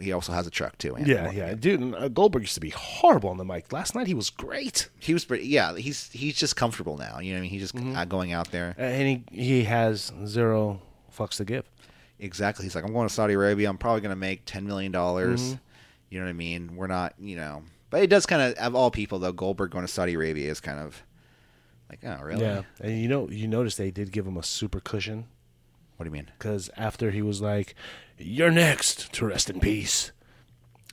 [SPEAKER 2] He also has a truck too. Animal.
[SPEAKER 3] Yeah, yeah, dude. and, uh, Goldberg used to be horrible on the mic. Last night he was great,
[SPEAKER 2] he was pretty. Yeah, he's he's just comfortable now. You know what I mean? He's just
[SPEAKER 3] Mm-hmm.
[SPEAKER 2] uh, going out there.
[SPEAKER 3] and he he has zero fucks to give.
[SPEAKER 2] Exactly. He's like, I'm going to Saudi Arabia. I'm probably going to make ten million dollars.
[SPEAKER 3] Mm-hmm.
[SPEAKER 2] You know what I mean? We're not, you know. But it does kind of, of all people though, Goldberg going to Saudi Arabia is kind of like, oh really?
[SPEAKER 3] Yeah, and you know, you notice they did give him a super cushion
[SPEAKER 2] What do you mean?
[SPEAKER 3] because after he was like, "You're next to rest in peace."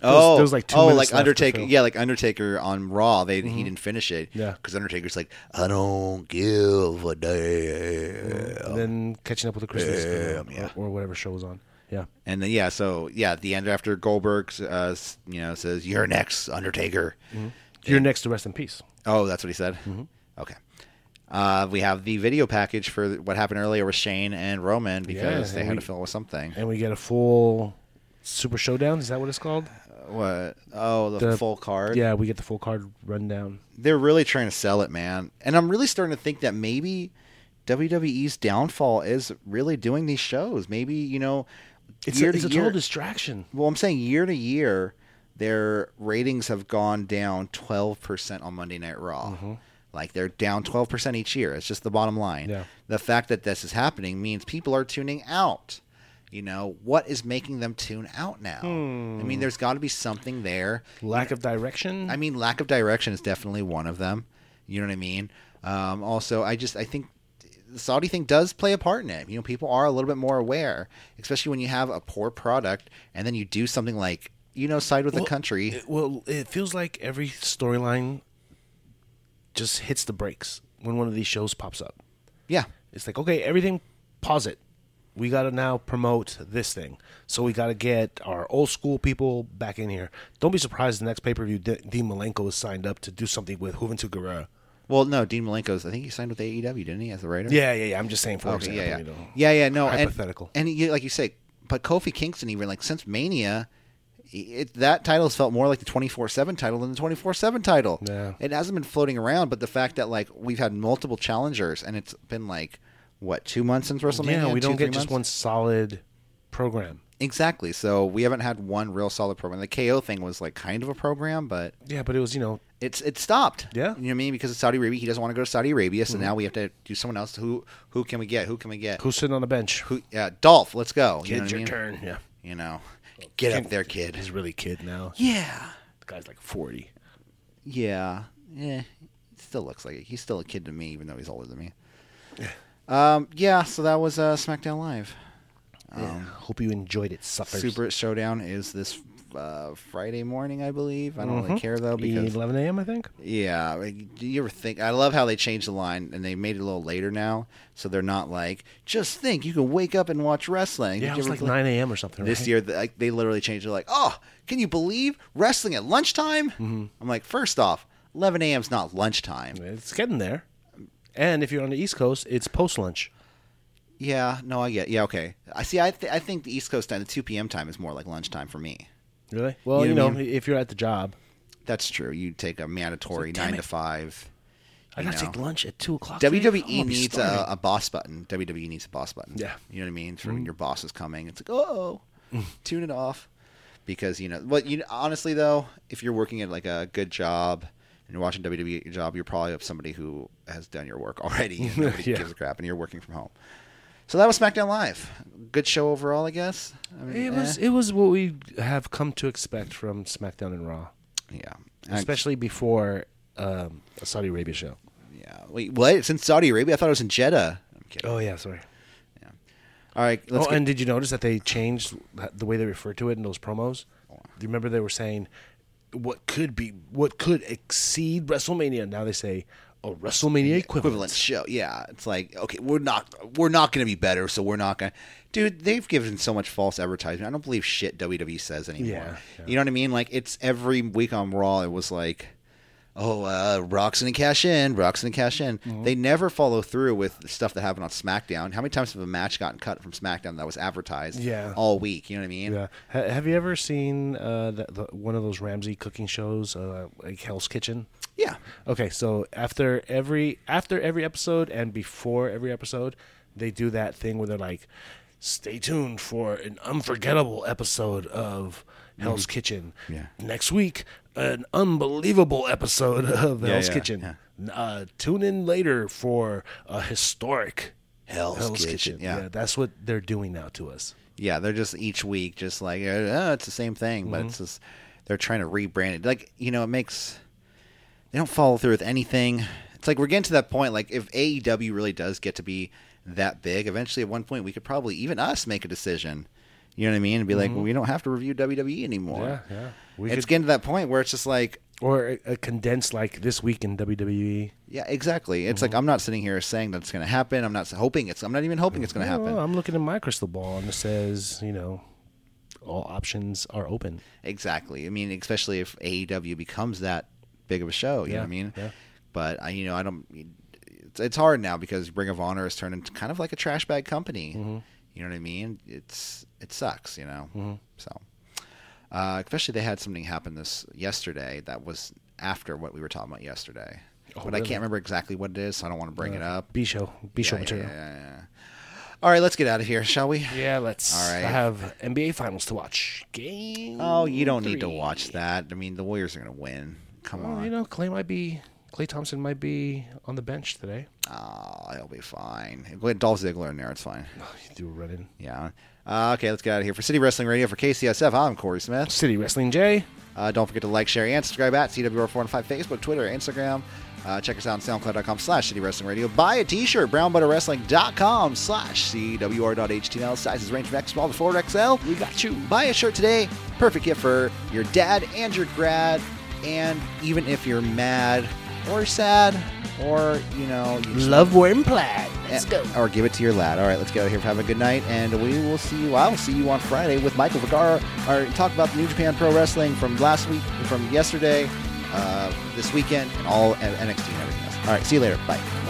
[SPEAKER 2] oh,
[SPEAKER 3] there was like two
[SPEAKER 2] oh,
[SPEAKER 3] minutes
[SPEAKER 2] like
[SPEAKER 3] left to
[SPEAKER 2] Undertaker.
[SPEAKER 3] fill.
[SPEAKER 2] Yeah, like Undertaker on Raw. They he didn't finish it.
[SPEAKER 3] Yeah.
[SPEAKER 2] because Undertaker's like, I don't give a damn.
[SPEAKER 3] And then catching up with the Christmas
[SPEAKER 2] Damn,
[SPEAKER 3] or-
[SPEAKER 2] yeah.
[SPEAKER 3] or, whatever show was on. Yeah,
[SPEAKER 2] And then yeah, so yeah, at the end after Goldberg, uh, s- you know, says, "You're next, Undertaker."
[SPEAKER 3] Mm-hmm. you're next to rest in peace.
[SPEAKER 2] Oh, that's what he said.
[SPEAKER 3] Mm-hmm.
[SPEAKER 2] Okay. Uh, we have the video package for what happened earlier with Shane and Roman because
[SPEAKER 3] Yeah,
[SPEAKER 2] they
[SPEAKER 3] and
[SPEAKER 2] had
[SPEAKER 3] we-
[SPEAKER 2] to fill it with something.
[SPEAKER 3] and we get a full super showdown. Is that what it's called?
[SPEAKER 2] What? Oh, the,
[SPEAKER 3] The-
[SPEAKER 2] full card.
[SPEAKER 3] Yeah, we get the full card rundown.
[SPEAKER 2] they're really trying to sell it, man. And I'm really starting to think that maybe WWE's downfall is really doing these shows. Maybe you know,
[SPEAKER 3] It's a,
[SPEAKER 2] year
[SPEAKER 3] it's
[SPEAKER 2] to
[SPEAKER 3] a total
[SPEAKER 2] year-
[SPEAKER 3] distraction.
[SPEAKER 2] Well, I'm saying year to year, their ratings have gone down 12% on Monday Night Raw. Like they're down 12% each year. It's just the bottom line.
[SPEAKER 3] Yeah.
[SPEAKER 2] The fact that this is happening means people are tuning out. You know, what is making them tune out now? I mean, there's got to be something there.
[SPEAKER 3] Lack of direction.
[SPEAKER 2] I mean, lack of direction is definitely one of them. You know what I mean? Um, also, I just I think the Saudi thing does play a part in it. You know, people are a little bit more aware, especially when you have a poor product and then you do something like you know side with the country.
[SPEAKER 3] It- well, it feels like every storyline just hits the brakes when one of these shows pops up.
[SPEAKER 2] Yeah,
[SPEAKER 3] It's like, okay, everything, pause it. We got to now promote this thing. So we got to get our old school people back in here. Don't be surprised the next pay per view, D- Dean Malenko is signed up to do something with Juventud Guerrera.
[SPEAKER 2] well, no, Dean Malenko's. I think he signed with AEW, didn't he, as a writer?
[SPEAKER 3] Yeah, yeah, yeah. I'm just saying for
[SPEAKER 2] Okay,
[SPEAKER 3] example.
[SPEAKER 2] yeah,
[SPEAKER 3] You
[SPEAKER 2] yeah,
[SPEAKER 3] know.
[SPEAKER 2] yeah, yeah. No, and-
[SPEAKER 3] Hypothetical.
[SPEAKER 2] And, you, like you say, but Kofi Kingston, even like since Mania, it, that title has felt more like the twenty four seven title than the twenty four seven title.
[SPEAKER 3] Yeah.
[SPEAKER 2] it hasn't been floating around, but the fact that like we've had multiple challengers and it's been like what two months since WrestleMania?
[SPEAKER 3] Yeah, we
[SPEAKER 2] Two,
[SPEAKER 3] don't
[SPEAKER 2] three
[SPEAKER 3] get just
[SPEAKER 2] months?
[SPEAKER 3] one solid program.
[SPEAKER 2] Exactly. So we haven't had one real solid program. The KO thing was like kind of a program, but
[SPEAKER 3] Yeah, but it was you know
[SPEAKER 2] it's it stopped.
[SPEAKER 3] Yeah. Mm-hmm.
[SPEAKER 2] you know what I mean? Because it's Saudi Arabia, he doesn't want to go to Saudi Arabia, so now we have to do someone else. Who who can we get? Who can we get?
[SPEAKER 3] who's sitting on the bench.
[SPEAKER 2] Who? Yeah, uh, Dolph. Let's go. You know
[SPEAKER 3] Kid's
[SPEAKER 2] what I
[SPEAKER 3] your
[SPEAKER 2] mean?
[SPEAKER 3] turn. Yeah,
[SPEAKER 2] you know, get up there, kid.
[SPEAKER 3] he's really kid now.
[SPEAKER 2] Yeah,
[SPEAKER 3] The guy's like forty.
[SPEAKER 2] yeah, yeah. Still looks like it. He's still a kid to me, even though he's older than me. Um, yeah. So that was uh, SmackDown Live.
[SPEAKER 3] Yeah. Hope you enjoyed it, suckers.
[SPEAKER 2] Super Showdown is this uh, Friday morning, I believe. I don't
[SPEAKER 3] Mm-hmm.
[SPEAKER 2] really care though because
[SPEAKER 3] eleven a.m. I think.
[SPEAKER 2] yeah, like, do you ever think? I love how they changed the line and they made it a little later now, so they're not like just think you can wake up and watch wrestling. Did
[SPEAKER 3] Yeah, it
[SPEAKER 2] you
[SPEAKER 3] was
[SPEAKER 2] ever
[SPEAKER 3] like
[SPEAKER 2] look-
[SPEAKER 3] nine a.m. or something.
[SPEAKER 2] This
[SPEAKER 3] right?
[SPEAKER 2] year, th- like, they literally changed it. Like, oh, can you believe wrestling at lunchtime?
[SPEAKER 3] Mm-hmm.
[SPEAKER 2] I'm like, first off, 11 a.m. is not lunchtime.
[SPEAKER 3] it's getting there. And if you're on the East Coast, it's post lunch.
[SPEAKER 2] Yeah, no, I get. Yeah, okay. I see. I, th- I think the East Coast time, the 2 p.m. time, is more like lunchtime for me.
[SPEAKER 3] Really? Well,
[SPEAKER 2] You
[SPEAKER 3] you,
[SPEAKER 2] know
[SPEAKER 3] know,
[SPEAKER 2] what I
[SPEAKER 3] if you're at the job,
[SPEAKER 2] That's true. You take a mandatory
[SPEAKER 3] It's like, damn
[SPEAKER 2] nine to
[SPEAKER 3] it.
[SPEAKER 2] five.
[SPEAKER 3] I
[SPEAKER 2] You
[SPEAKER 3] gotta
[SPEAKER 2] know.
[SPEAKER 3] take lunch at two o'clock. today.
[SPEAKER 2] WWE
[SPEAKER 3] I'm gonna be
[SPEAKER 2] E needs a,
[SPEAKER 3] starving.
[SPEAKER 2] a boss button. WWE needs a boss button.
[SPEAKER 3] Yeah. Mm-hmm.
[SPEAKER 2] you know what I mean. For when your boss is coming, it's like, oh, tune it off. because you know what you honestly though if you're working at like a good job and you're watching WWE at your job you're probably with somebody who has done your work already
[SPEAKER 3] (laughs)
[SPEAKER 2] and nobody
[SPEAKER 3] Yeah.
[SPEAKER 2] gives a crap and you're working from home so that was SmackDown Live good show overall I guess I mean,
[SPEAKER 3] It was
[SPEAKER 2] eh,
[SPEAKER 3] it was what we have come to expect from SmackDown and Raw,
[SPEAKER 2] yeah I-
[SPEAKER 3] especially before um, a Saudi Arabia show.
[SPEAKER 2] yeah wait what it's in Saudi Arabia I thought it was in Jeddah I'm kidding
[SPEAKER 3] Oh yeah, sorry.
[SPEAKER 2] all right let's
[SPEAKER 3] oh,
[SPEAKER 2] get-
[SPEAKER 3] and did you notice that they changed the way they referred to it in those promos? Do you remember they were saying what could be what could exceed WrestleMania? Now they say a WrestleMania equivalent.
[SPEAKER 2] equivalent show. Yeah, it's like okay, we're not we're not going to be better, so we're not going. to... Dude, they've given so much false advertisement. I don't believe shit WWE says anymore.
[SPEAKER 3] Yeah, yeah.
[SPEAKER 2] You know what I mean? Like it's every week on Raw. It was like. Oh, uh, rocks and cash in, rocks and cash in.
[SPEAKER 3] Mm-hmm.
[SPEAKER 2] They never follow through with the stuff that happened on SmackDown. How many times have a match gotten cut from SmackDown that was advertised
[SPEAKER 3] Yeah.
[SPEAKER 2] all week? You know what I mean?
[SPEAKER 3] Yeah. Ha- have you ever seen uh, the, the, one of those Ramsey cooking shows, uh, like Hell's Kitchen?
[SPEAKER 2] Yeah.
[SPEAKER 3] Okay, so after every after every episode and before every episode, they do that thing where they're like, "Stay tuned for an unforgettable episode of Hell's Kitchen."
[SPEAKER 2] Mm-hmm. Yeah.
[SPEAKER 3] Next week, an unbelievable episode (laughs) of Hell's
[SPEAKER 2] yeah,
[SPEAKER 3] Kitchen.
[SPEAKER 2] yeah.
[SPEAKER 3] N- Uh, tune in later for a historic
[SPEAKER 2] Hell's Kitchen, yeah.
[SPEAKER 3] that's what they're doing now to us.
[SPEAKER 2] Yeah, they're just each week, just like uh, uh, it's the same thing, but
[SPEAKER 3] Mm-hmm.
[SPEAKER 2] it's just they're trying to rebrand it. Like you know, it makes they don't follow through with anything. It's like we're getting to that point. Like if AEW really does get to be that big, eventually at one point we could probably even us make a decision. You know what I mean? And be like, well, we don't have to review WWE anymore.
[SPEAKER 3] Mm-hmm. Yeah, yeah. We
[SPEAKER 2] it's
[SPEAKER 3] could-
[SPEAKER 2] getting to that point where it's just like,
[SPEAKER 3] Or a, a condensed like this week in E. WWE.
[SPEAKER 2] yeah, exactly. It's
[SPEAKER 3] Mm-hmm.
[SPEAKER 2] like I'm not sitting here saying that's going to happen. I'm not s- hoping it's. I'm not even hoping it's going to
[SPEAKER 3] Yeah, well,
[SPEAKER 2] happen.
[SPEAKER 3] I'm looking at my crystal ball and it says, you know, all options are open.
[SPEAKER 2] Exactly. I mean, especially if AEW becomes that big of a show. You know
[SPEAKER 3] Yeah,
[SPEAKER 2] what I mean?
[SPEAKER 3] yeah.
[SPEAKER 2] But I, you know, I don't. It's, it's hard now because Ring of Honor has turned into kind of like a trash bag company.
[SPEAKER 3] Mm-hmm.
[SPEAKER 2] You know what I mean? It's it sucks. You know. So, uh, especially they had something happen this yesterday that was after what we were talking about yesterday.
[SPEAKER 3] Oh,
[SPEAKER 2] but I
[SPEAKER 3] really? Uh,
[SPEAKER 2] can't remember exactly what it is, so I don't want to bring it up.
[SPEAKER 3] B show, B show
[SPEAKER 2] Yeah, yeah,
[SPEAKER 3] material. Yeah,
[SPEAKER 2] yeah, yeah. All right, let's get out of here, shall
[SPEAKER 3] (laughs)
[SPEAKER 2] we?
[SPEAKER 3] let's.
[SPEAKER 2] All right.
[SPEAKER 3] I have NBA finals to watch. Game.
[SPEAKER 2] Oh, you don't need to
[SPEAKER 3] three.
[SPEAKER 2] watch that. I mean, the Warriors are going to win. Come
[SPEAKER 3] Well,
[SPEAKER 2] on.
[SPEAKER 3] you know, Clay might be. Clay Thompson might be on the bench today.
[SPEAKER 2] Oh, he'll be fine. Go ahead, Dolph Ziggler in there. It's fine.
[SPEAKER 3] Oh, you do a run in.
[SPEAKER 2] Yeah. Uh, okay, let's get out of here. For City Wrestling Radio, for KCSF, I'm Corey Smith.
[SPEAKER 3] City Wrestling J.
[SPEAKER 2] Uh, don't forget to like, share, and subscribe at CWR415 Facebook, Twitter, Instagram. Uh, check us out on soundcloud.com slash City Wrestling Radio. Buy a t-shirt, brownbutterwrestling.com slash CWR.html. Sizes range from X small to 4XL. We got you. Buy a shirt today. Perfect gift for your dad and your grad. And even if you're mad or sad or, you know, you just
[SPEAKER 3] Love wearing plaid. Let's
[SPEAKER 2] and- Or give it to your lad. All right, let's get out of here. Have a good night, and we will see you. I will see you on Friday with Michael Vergara. Our talk about New Japan Pro Wrestling from last week, from yesterday, uh, this weekend, and all and NXT and everything else. All right, see you later. Bye.